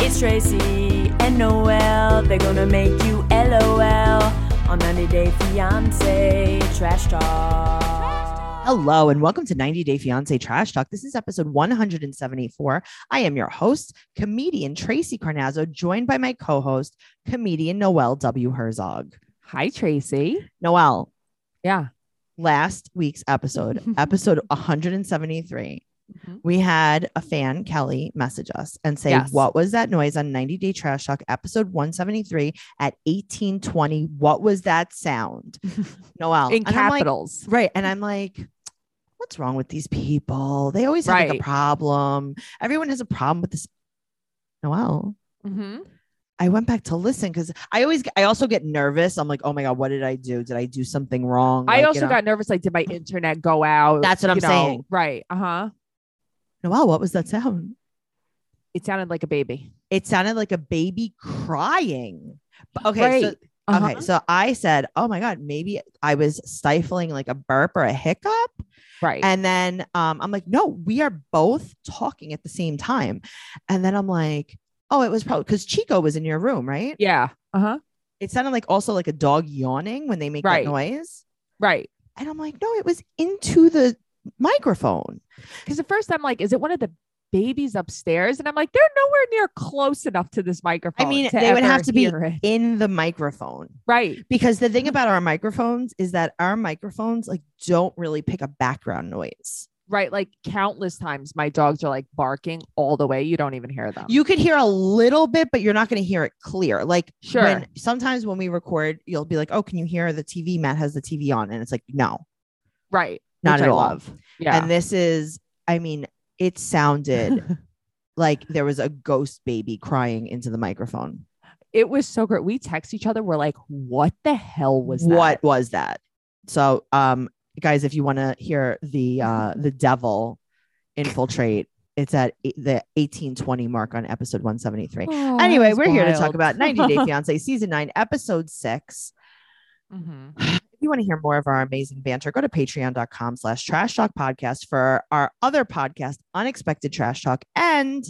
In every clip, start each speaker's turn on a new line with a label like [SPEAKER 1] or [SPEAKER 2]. [SPEAKER 1] It's Tracy and Noel. They're gonna make you LOL on 90 Day Fiance Trash Talk.
[SPEAKER 2] Hello and welcome to 90 Day Fiance Trash Talk. This is episode 174. I am your host, comedian Tracy Carnazzo, joined by my co-host, comedian Noel W. Herzog.
[SPEAKER 3] Hi, Tracy.
[SPEAKER 2] Noel,
[SPEAKER 3] Yeah.
[SPEAKER 2] last week's episode, episode 173,
[SPEAKER 3] Mhm.
[SPEAKER 2] we had a fan, Kelly, message us and say,
[SPEAKER 3] Yes.
[SPEAKER 2] What was that noise on 90 Day Trash Talk, episode 173 at 1820? What was that sound? Noel.
[SPEAKER 3] In
[SPEAKER 2] and I'm like,
[SPEAKER 3] capitals.
[SPEAKER 2] Right. And I'm like, what's wrong with these people? They always have like
[SPEAKER 3] Right.
[SPEAKER 2] a problem. Everyone has a problem with this. Noel, mm-hmm.
[SPEAKER 3] Mhm.
[SPEAKER 2] I went back to listen because I always, I also get nervous. I'm like, oh my God, what did I do? Did I do something wrong? Like,
[SPEAKER 3] I
[SPEAKER 2] you
[SPEAKER 3] also
[SPEAKER 2] know,
[SPEAKER 3] got nervous. Like, did my internet go out?
[SPEAKER 2] That's what I'm
[SPEAKER 3] You know,
[SPEAKER 2] saying.
[SPEAKER 3] Right. Uh huh.
[SPEAKER 2] Noel, what was that sound?
[SPEAKER 3] It sounded like a baby.
[SPEAKER 2] It sounded like a baby crying. But- Okay. So,
[SPEAKER 3] Right. Uh-huh.
[SPEAKER 2] Okay. So I said, oh my God, maybe I was stifling like a burp or a hiccup.
[SPEAKER 3] Right.
[SPEAKER 2] And then um, I'm like, no, we are both talking at the same time. And then I'm like, oh, it was probably because Chico was in your room, right?
[SPEAKER 3] yeah. Uh huh.
[SPEAKER 2] It sounded like also like a dog yawning when they make
[SPEAKER 3] Right.
[SPEAKER 2] that noise.
[SPEAKER 3] Right.
[SPEAKER 2] And I'm like, no, it was into the microphone.
[SPEAKER 3] Because at first I'm like, is it one of the babies upstairs? And I'm like, they're nowhere near close enough to this microphone.
[SPEAKER 2] mean,
[SPEAKER 3] to
[SPEAKER 2] they would
[SPEAKER 3] ever
[SPEAKER 2] have to be-
[SPEAKER 3] hear it.
[SPEAKER 2] In the microphone.
[SPEAKER 3] right.
[SPEAKER 2] Because the
[SPEAKER 3] Mm-hmm.
[SPEAKER 2] thing about our microphones is that our microphones like don't really pick up background noise.
[SPEAKER 3] Right. Like countless times my dogs are like barking all the way. You don't even hear them.
[SPEAKER 2] You could hear a little bit, but you're not going to hear it clear. Like
[SPEAKER 3] sure.
[SPEAKER 2] when sometimes when we record, you'll be like, "Oh, can you hear the TV? Matt has the TV on," and it's like, "No,
[SPEAKER 3] right.
[SPEAKER 2] not
[SPEAKER 3] Which
[SPEAKER 2] at
[SPEAKER 3] I
[SPEAKER 2] all."
[SPEAKER 3] love. Yeah.
[SPEAKER 2] And this is, I mean, it sounded like there was a ghost baby crying into the microphone.
[SPEAKER 3] it was so great. We text each other. We're like, what the hell was that?
[SPEAKER 2] what was that? So, um, guys, if you want to hear the uh, the devil infiltrate, it's at eight, the eighteen twenty mark on episode one seventy three.
[SPEAKER 3] Oh,
[SPEAKER 2] Anyway,
[SPEAKER 3] that's
[SPEAKER 2] we're here to
[SPEAKER 3] wild.
[SPEAKER 2] talk about 90 Day Fiance season 9 episode 6.
[SPEAKER 3] Mhm.
[SPEAKER 2] If you want to hear more of our amazing banter, go to patreon.com slash trash talk podcast for our other podcast, Unexpected Trash Talk, and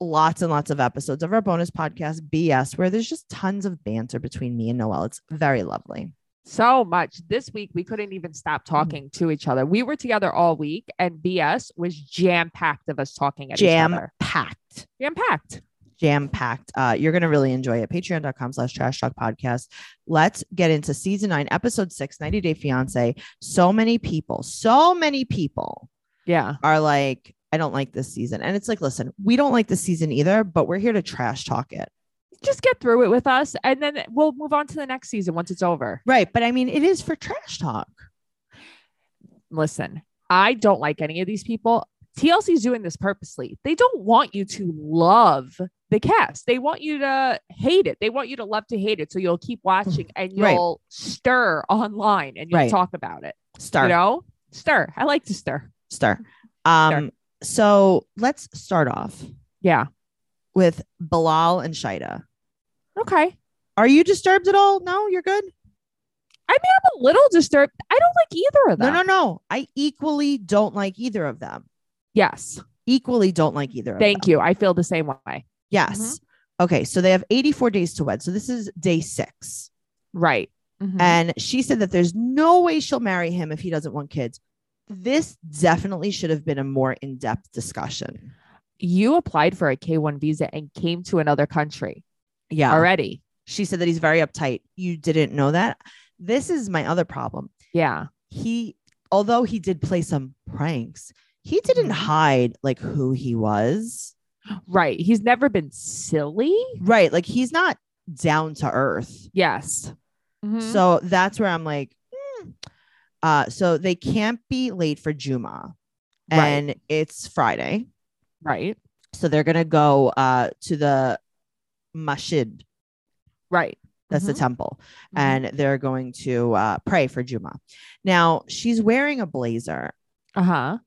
[SPEAKER 2] lots and lots of episodes of our bonus podcast, BS, where there's just tons of banter between me and Noel. It's very lovely.
[SPEAKER 3] So much. This week, we couldn't even
[SPEAKER 2] Mm.
[SPEAKER 3] stop talking to each other. We were together all week, and BS was jam packed of us talking at each
[SPEAKER 2] Jam
[SPEAKER 3] other.
[SPEAKER 2] packed.
[SPEAKER 3] Jam packed.
[SPEAKER 2] Jam packed. Uh, you're going to really enjoy it. Patreon.com slash trash talk podcast. Let's get into season nine, episode six, 90 Day Fiance. So many people, so many people
[SPEAKER 3] Yeah.
[SPEAKER 2] are like, I don't like this season. And it's like, listen, we don't like this season either, but we're here to trash talk it.
[SPEAKER 3] Just get through it with us, and then we'll move on to the next season once it's over.
[SPEAKER 2] Right. But I mean, it is for trash talk.
[SPEAKER 3] Listen, I don't like any of these people. TLC's doing this purposely. They don't want you to love the cast. They want you to hate it. They want you to love to hate it. So you'll keep watching and
[SPEAKER 2] Mm-hmm. Right.
[SPEAKER 3] you'll stir online and you'll
[SPEAKER 2] Right.
[SPEAKER 3] talk about it.
[SPEAKER 2] Star,
[SPEAKER 3] You know, stir. I like to stir.
[SPEAKER 2] star. Um, so let's start off
[SPEAKER 3] Yeah.
[SPEAKER 2] with Bilal and Shida.
[SPEAKER 3] Okay.
[SPEAKER 2] Are you disturbed at all? No, you're good.
[SPEAKER 3] I mean, I'm a little disturbed. I don't like either of
[SPEAKER 2] No,
[SPEAKER 3] them.
[SPEAKER 2] no, no. I equally don't like either of them.
[SPEAKER 3] Yes.
[SPEAKER 2] Equally don't like either of them.
[SPEAKER 3] Thank you. I feel the same way.
[SPEAKER 2] Yes. Okay. So they have 84 days to wed. So this is day 6
[SPEAKER 3] Right. Mhm.
[SPEAKER 2] And she said that there's no way she'll marry him if he doesn't want kids. This definitely should have been a more in depth discussion.
[SPEAKER 3] you applied for a K1 visa and came to another country
[SPEAKER 2] Yeah.
[SPEAKER 3] already.
[SPEAKER 2] She said that he's very uptight. You didn't know that. This is my other problem.
[SPEAKER 3] Yeah.
[SPEAKER 2] He, although he did play some pranks, he didn't
[SPEAKER 3] Mhm.
[SPEAKER 2] hide like who he was.
[SPEAKER 3] Right. He's never been silly.
[SPEAKER 2] Right. Like he's not down to earth.
[SPEAKER 3] Yes. Mhm.
[SPEAKER 2] So that's where I'm like, hmm. uh, so they can't be late for Juma.
[SPEAKER 3] Right.
[SPEAKER 2] And it's Friday.
[SPEAKER 3] right.
[SPEAKER 2] So they're gonna go uh to the masjid.
[SPEAKER 3] Right.
[SPEAKER 2] That's the
[SPEAKER 3] Mhm.
[SPEAKER 2] temple,
[SPEAKER 3] Mhm.
[SPEAKER 2] and they're going to uh, pray for Juma. Now she's wearing a blazer,
[SPEAKER 3] uh-huh.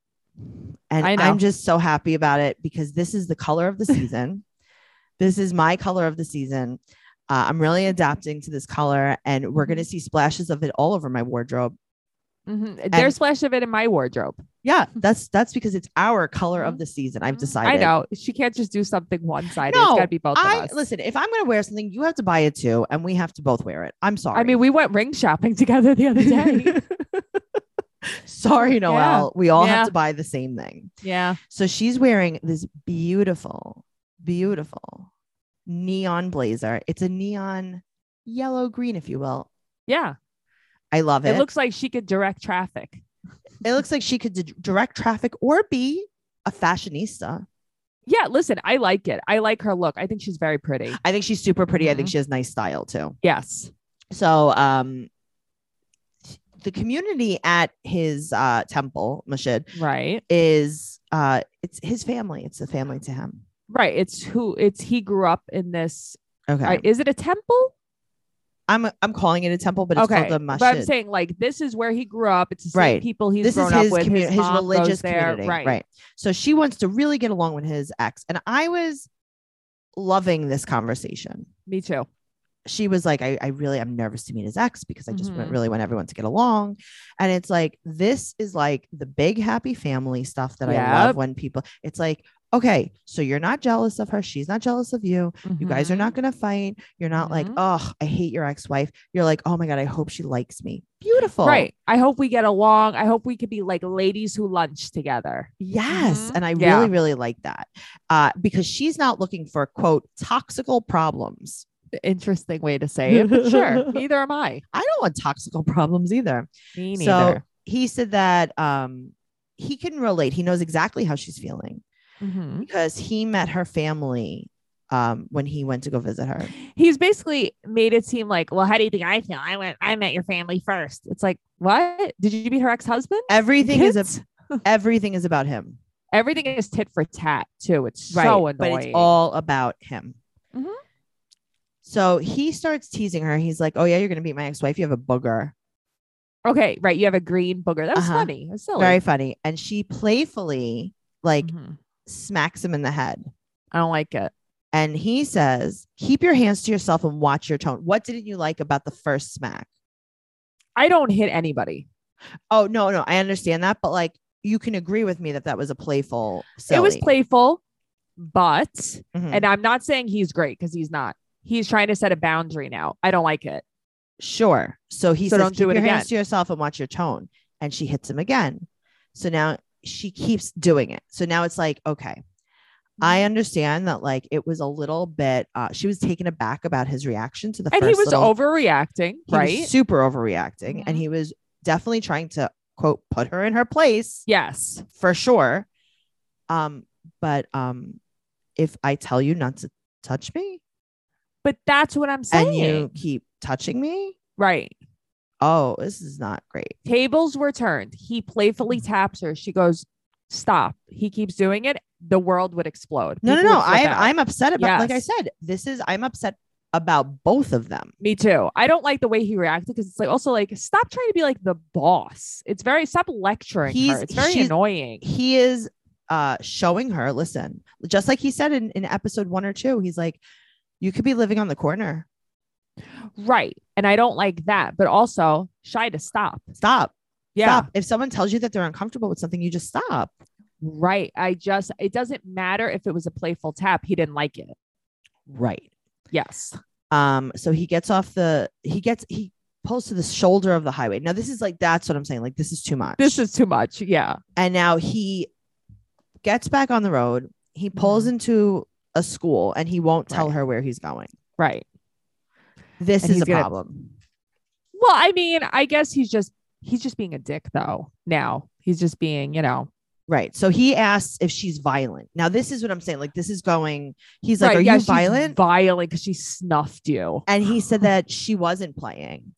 [SPEAKER 2] and
[SPEAKER 3] I know.
[SPEAKER 2] I'm just so happy about it because this is the color of the season. this is my color of the season.
[SPEAKER 3] Mm-hmm.
[SPEAKER 2] Uh, I'm really adapting to this color, and we're gonna see splashes of it all over my wardrobe.
[SPEAKER 3] Mhm. There's flash of it in my wardrobe.
[SPEAKER 2] Yeah, that's that's because it's our color of
[SPEAKER 3] Mhm.
[SPEAKER 2] the season. I've
[SPEAKER 3] Mhm.
[SPEAKER 2] decided.
[SPEAKER 3] I know she can't just do something one sided.
[SPEAKER 2] No,
[SPEAKER 3] it's gotta be both of
[SPEAKER 2] I
[SPEAKER 3] us.
[SPEAKER 2] listen. If I'm going to wear something, you have to buy it too, and we have to both wear it. I'm sorry.
[SPEAKER 3] I mean, we went ring shopping together the other day.
[SPEAKER 2] sorry, Noelle. We all
[SPEAKER 3] Yeah.
[SPEAKER 2] have to buy the same thing.
[SPEAKER 3] yeah.
[SPEAKER 2] So she's wearing this beautiful, beautiful neon blazer. It's a neon yellow green, if you will.
[SPEAKER 3] Yeah.
[SPEAKER 2] I love it.
[SPEAKER 3] It looks like she could direct traffic.
[SPEAKER 2] it looks like she could d- direct traffic or be a fashionista.
[SPEAKER 3] Yeah, listen, I like it. I like her look. I think she's very pretty.
[SPEAKER 2] I think she's super pretty. I think
[SPEAKER 3] Mhm.
[SPEAKER 2] she has nice style too.
[SPEAKER 3] Yes.
[SPEAKER 2] So, um, the community at his uh, temple, Mashid,
[SPEAKER 3] Right.
[SPEAKER 2] is uh, it's his family. It's a family to him.
[SPEAKER 3] Right. It's who it's he grew up in this.
[SPEAKER 2] Okay,
[SPEAKER 3] I- is it a temple?
[SPEAKER 2] I'm I'm calling it a temple, but it's
[SPEAKER 3] okay.
[SPEAKER 2] called a
[SPEAKER 3] but I'm
[SPEAKER 2] Mashid.
[SPEAKER 3] saying like this is where he grew up. It's the same
[SPEAKER 2] Right.
[SPEAKER 3] people he's
[SPEAKER 2] this is
[SPEAKER 3] grown up
[SPEAKER 2] his
[SPEAKER 3] with.
[SPEAKER 2] commu- his
[SPEAKER 3] mom goes
[SPEAKER 2] religious
[SPEAKER 3] there.
[SPEAKER 2] community,
[SPEAKER 3] Right.
[SPEAKER 2] So she wants to really get along with his ex, and I was loving this conversation.
[SPEAKER 3] Me too.
[SPEAKER 2] she was like, I, I really am nervous to meet his ex because I just wa-
[SPEAKER 3] Mhm.
[SPEAKER 2] really want everyone to get along. And it's like, this is like the big happy family stuff that I love
[SPEAKER 3] Yep.
[SPEAKER 2] when people, it's like, okay, so you're not jealous of her. She's not jealous of you. You guys are
[SPEAKER 3] Mhm.
[SPEAKER 2] not going to fight. You're not like,
[SPEAKER 3] Mhm.
[SPEAKER 2] oh, I hate your ex wife. You're like, oh my God, I hope she likes me. Beautiful.
[SPEAKER 3] Right. I hope we get along. I hope we could be like ladies who lunch together.
[SPEAKER 2] Yes.
[SPEAKER 3] Mhm.
[SPEAKER 2] And I
[SPEAKER 3] Yeah.
[SPEAKER 2] really, really like that uh, because she's not looking for quote, toxical problems.
[SPEAKER 3] Interesting way to say it, but sure. Neither am I.
[SPEAKER 2] I don't want toxical problems either.
[SPEAKER 3] Me
[SPEAKER 2] So-
[SPEAKER 3] neither.
[SPEAKER 2] He said that um, he can relate. He knows exactly how she's feeling
[SPEAKER 3] Mhm.
[SPEAKER 2] because he met her family um, when he went to go visit her.
[SPEAKER 3] He's basically made it seem like, well, how do you think I feel? I went, I met your family first. It's like, what? Did you meet her ex husband?
[SPEAKER 2] Everything is a,
[SPEAKER 3] Kids?
[SPEAKER 2] everything is about him.
[SPEAKER 3] Everything is tit for tat too. It's so annoying.
[SPEAKER 2] But it's all about him.
[SPEAKER 3] Mhm.
[SPEAKER 2] So he starts teasing her. He's like, "Oh yeah, you're gonna beat my ex-wife. You have a booger."
[SPEAKER 3] okay, right? You have a green booger. That was
[SPEAKER 2] Uh-huh.
[SPEAKER 3] funny. It was silly.
[SPEAKER 2] Very funny. And she playfully like
[SPEAKER 3] Mhm.
[SPEAKER 2] smacks him in the head.
[SPEAKER 3] I don't like it.
[SPEAKER 2] And he says, "Keep your hands to yourself and watch your tone." What didn't you like about the first smack?
[SPEAKER 3] I don't hit anybody.
[SPEAKER 2] Oh no, no, I understand that, but like you can agree with me that that was a playful.
[SPEAKER 3] It was
[SPEAKER 2] silly.
[SPEAKER 3] playful, but
[SPEAKER 2] Mhm.
[SPEAKER 3] and I'm not saying he's great because he's not. He's trying to set a boundary now. I don't like it.
[SPEAKER 2] sure. So he
[SPEAKER 3] So
[SPEAKER 2] says,
[SPEAKER 3] don't
[SPEAKER 2] "Keep
[SPEAKER 3] do it
[SPEAKER 2] your hands to yourself and watch your tone," and she hits him again. So now she keeps doing it. So now it's like, okay,
[SPEAKER 3] Mm-hmm.
[SPEAKER 2] I understand that. Like it was a little bit. Uh, she was taken aback about his reaction to the
[SPEAKER 3] And
[SPEAKER 2] first.
[SPEAKER 3] he was
[SPEAKER 2] little-
[SPEAKER 3] overreacting,
[SPEAKER 2] he was
[SPEAKER 3] right?
[SPEAKER 2] super overreacting,
[SPEAKER 3] Mhm.
[SPEAKER 2] and he was definitely trying to quote put her in her place.
[SPEAKER 3] yes.
[SPEAKER 2] for sure. Um, but um, if I tell you not to touch me
[SPEAKER 3] But that's what I'm saying.
[SPEAKER 2] and you keep touching me,
[SPEAKER 3] right.
[SPEAKER 2] oh, this is not great.
[SPEAKER 3] Tables were turned. He playfully
[SPEAKER 2] Hmm.
[SPEAKER 3] taps her. She goes, Stop. He keeps doing it. The world would explode.
[SPEAKER 2] No, no,
[SPEAKER 3] People
[SPEAKER 2] no.
[SPEAKER 3] would flip
[SPEAKER 2] I'm
[SPEAKER 3] out.
[SPEAKER 2] I'm upset about. Like I
[SPEAKER 3] Yes.
[SPEAKER 2] said, this is I'm upset about both of them.
[SPEAKER 3] Me too. I don't like the way he reacted because it's like also like stop trying to be like the boss. It's very stop lecturing
[SPEAKER 2] He's-
[SPEAKER 3] her. It's very
[SPEAKER 2] she's-
[SPEAKER 3] annoying.
[SPEAKER 2] He is uh showing her. Listen, just like he said in, in episode one or two, he's like, you could be living on the corner.
[SPEAKER 3] Right. And I don't like that. But also shy to stop.
[SPEAKER 2] Stop.
[SPEAKER 3] Yeah.
[SPEAKER 2] Stop. If someone tells you that they're uncomfortable with something, you just stop.
[SPEAKER 3] Right. I just it doesn't matter if it was a playful tap. He didn't like it.
[SPEAKER 2] Right.
[SPEAKER 3] Yes.
[SPEAKER 2] Um, so he gets off the he gets he pulls to the shoulder of the highway. Now this is like that's what I'm saying. Like this is too much.
[SPEAKER 3] This is too much. Yeah.
[SPEAKER 2] and now he gets back on the road. He pulls
[SPEAKER 3] Mhm.
[SPEAKER 2] into a school and he won't tell
[SPEAKER 3] Right.
[SPEAKER 2] her where he's going.
[SPEAKER 3] Right.
[SPEAKER 2] This
[SPEAKER 3] And
[SPEAKER 2] is
[SPEAKER 3] he's
[SPEAKER 2] a
[SPEAKER 3] gonna-
[SPEAKER 2] problem.
[SPEAKER 3] Well, I mean, I guess he's just he's just being a dick though. Now he's just being, you know,
[SPEAKER 2] Right. So he asks if she's violent. Now this is what I'm saying. Like this is going. He's like,
[SPEAKER 3] right,
[SPEAKER 2] "Are
[SPEAKER 3] yeah,
[SPEAKER 2] you
[SPEAKER 3] she's
[SPEAKER 2] violent?"
[SPEAKER 3] Violent because she snuffed you.
[SPEAKER 2] and he said that she wasn't playing.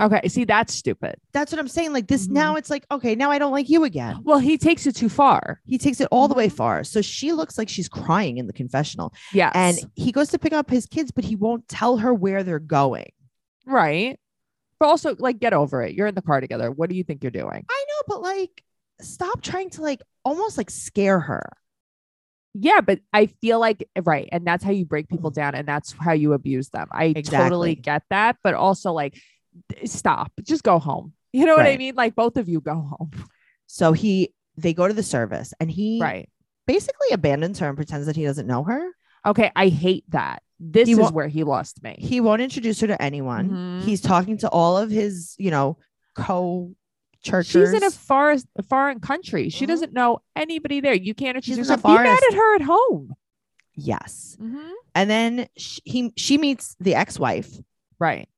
[SPEAKER 3] Okay, see that's stupid.
[SPEAKER 2] That's what I'm saying. Like this
[SPEAKER 3] Mhm.
[SPEAKER 2] now, it's like, okay, now I don't like you again.
[SPEAKER 3] Well, he takes it too far.
[SPEAKER 2] He takes it all the way
[SPEAKER 3] Mhm.
[SPEAKER 2] far. So she looks like she's crying in the confessional.
[SPEAKER 3] Yes.
[SPEAKER 2] and he goes to pick up his kids, but he won't tell her where they're going.
[SPEAKER 3] right. But also, like, get over it. You're in the car together. What do you think you're doing?
[SPEAKER 2] I know, but like, stop trying to like almost like scare her.
[SPEAKER 3] Yeah, but I feel like right, and that's how you break people down, and that's how you abuse them. I
[SPEAKER 2] Mm-hmm. Exactly.
[SPEAKER 3] totally get that, but also like, th- stop. Just go home. You know what I
[SPEAKER 2] Right.
[SPEAKER 3] mean? Like both of you go home.
[SPEAKER 2] So he they go to the service and he
[SPEAKER 3] Right.
[SPEAKER 2] basically abandons her and pretends that he doesn't know her.
[SPEAKER 3] Okay. I hate that. This
[SPEAKER 2] He
[SPEAKER 3] is
[SPEAKER 2] wa-
[SPEAKER 3] where he lost me.
[SPEAKER 2] He won't introduce her to anyone.
[SPEAKER 3] Mhm.
[SPEAKER 2] He's talking to all of his, you know, co churchers.
[SPEAKER 3] She's in a forest, a foreign country. She
[SPEAKER 2] Mhm.
[SPEAKER 3] doesn't know anybody there. You can't
[SPEAKER 2] She's in
[SPEAKER 3] introduce
[SPEAKER 2] the
[SPEAKER 3] her. Be mad
[SPEAKER 2] forest. Mm-hmm.
[SPEAKER 3] at her at home.
[SPEAKER 2] yes. And then she, he she meets the ex-wife
[SPEAKER 3] Right.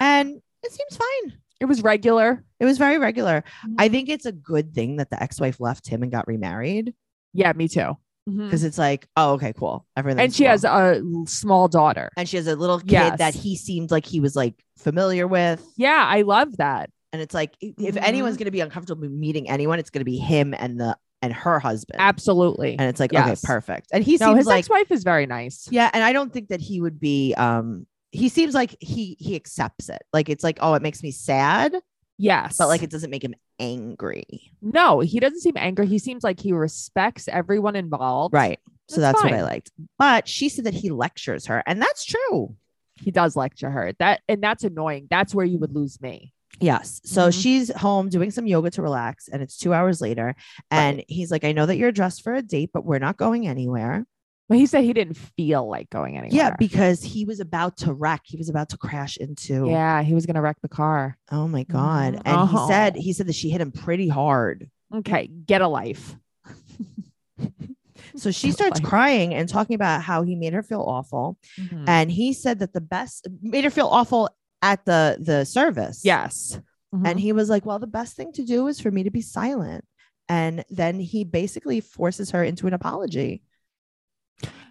[SPEAKER 2] and it seems fine.
[SPEAKER 3] It was regular.
[SPEAKER 2] It was very regular.
[SPEAKER 3] Mhm.
[SPEAKER 2] I think it's a good thing that the ex-wife left him and got remarried
[SPEAKER 3] Yeah, me too.
[SPEAKER 2] because it's like, oh, okay, cool. Everything.
[SPEAKER 3] Mm. And she has a l- small daughter.
[SPEAKER 2] and she has a little kid that
[SPEAKER 3] Yes.
[SPEAKER 2] he seemed like he was like familiar with.
[SPEAKER 3] Yeah, I love that.
[SPEAKER 2] And it's like i- if
[SPEAKER 3] Mm-hmm.
[SPEAKER 2] anyone's going to be uncomfortable meeting anyone, it's going to be him and the and her husband.
[SPEAKER 3] Absolutely.
[SPEAKER 2] And it's like,
[SPEAKER 3] Yes.
[SPEAKER 2] okay, perfect. And he
[SPEAKER 3] No,
[SPEAKER 2] seems
[SPEAKER 3] his
[SPEAKER 2] like
[SPEAKER 3] ex-wife is very nice.
[SPEAKER 2] yeah, and I don't think that he would be um he seems like he he accepts it. Like it's like, oh, it makes me sad,
[SPEAKER 3] Yes.
[SPEAKER 2] but like it doesn't make him angry.
[SPEAKER 3] no, he doesn't seem angry. He seems like he respects everyone involved.
[SPEAKER 2] Right. So
[SPEAKER 3] That's
[SPEAKER 2] that's what I
[SPEAKER 3] fine.
[SPEAKER 2] liked. But she said that he lectures her, and that's true.
[SPEAKER 3] He does lecture her. That and that's annoying. That's where you would lose me.
[SPEAKER 2] Yes. So
[SPEAKER 3] Mhm.
[SPEAKER 2] she's home doing some yoga to relax, and it's two hours later. And he's like, I know that you're dressed for a date, but we're not going anywhere.
[SPEAKER 3] But he said he didn't feel like going anywhere.
[SPEAKER 2] Yeah, because he was about to wreck. He was about to crash into.
[SPEAKER 3] yeah, he was gonna wreck the car.
[SPEAKER 2] Oh my God.
[SPEAKER 3] Mhm.
[SPEAKER 2] And he said,
[SPEAKER 3] Oh.
[SPEAKER 2] he said that she hit him pretty hard.
[SPEAKER 3] Okay, get a life.
[SPEAKER 2] So she
[SPEAKER 3] Get a
[SPEAKER 2] starts
[SPEAKER 3] life.
[SPEAKER 2] crying and talking about how he made her feel awful.
[SPEAKER 3] Mhm.
[SPEAKER 2] And he said that the best made her feel awful at the the service.
[SPEAKER 3] yes. Mm-hmm.
[SPEAKER 2] And he was like, Well, the best thing to do is for me to be silent. And then he basically forces her into an apology.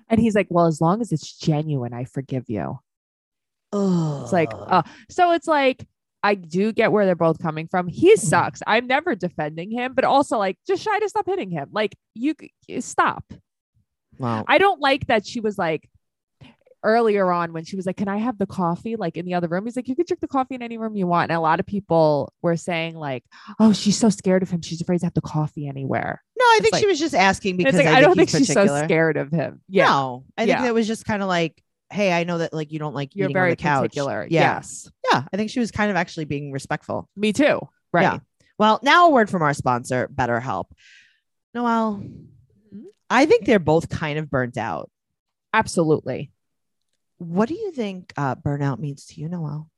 [SPEAKER 3] and he's like, Well, as long as it's genuine, I forgive you.
[SPEAKER 2] Oh,
[SPEAKER 3] It's like, uh, so it's like, I do get where they're both coming from. He
[SPEAKER 2] Mm-hmm.
[SPEAKER 3] sucks. I'm never defending him, but also like, just shy to stop hitting him. Like, you c- stop.
[SPEAKER 2] wow.
[SPEAKER 3] I don't like that she was like, earlier on when she was like, Can I have the coffee? Like in the other room, he's like, You can drink the coffee in any room you want. And a lot of people were saying, like, oh, she's so scared of him. She's afraid to have the coffee anywhere.
[SPEAKER 2] No, I
[SPEAKER 3] it's
[SPEAKER 2] think she
[SPEAKER 3] like-
[SPEAKER 2] was just asking
[SPEAKER 3] And
[SPEAKER 2] because
[SPEAKER 3] it's like,
[SPEAKER 2] I,
[SPEAKER 3] I, don't think
[SPEAKER 2] he's
[SPEAKER 3] she's so
[SPEAKER 2] particular.
[SPEAKER 3] scared of him. Yeah.
[SPEAKER 2] No, I
[SPEAKER 3] Yeah.
[SPEAKER 2] think it was just kind of like, hey, I know that like you don't like
[SPEAKER 3] You're
[SPEAKER 2] eating on
[SPEAKER 3] very
[SPEAKER 2] the couch.
[SPEAKER 3] particular.
[SPEAKER 2] Yeah.
[SPEAKER 3] Yes.
[SPEAKER 2] Yeah. I think she was kind of actually being respectful.
[SPEAKER 3] Me too. Right.
[SPEAKER 2] Yeah. Well, now a word from our sponsor, BetterHelp. Noelle,
[SPEAKER 3] Mm-hmm.
[SPEAKER 2] I think they're both kind of burnt out.
[SPEAKER 3] Absolutely.
[SPEAKER 2] What do you think uh, burnout means to you, Noelle?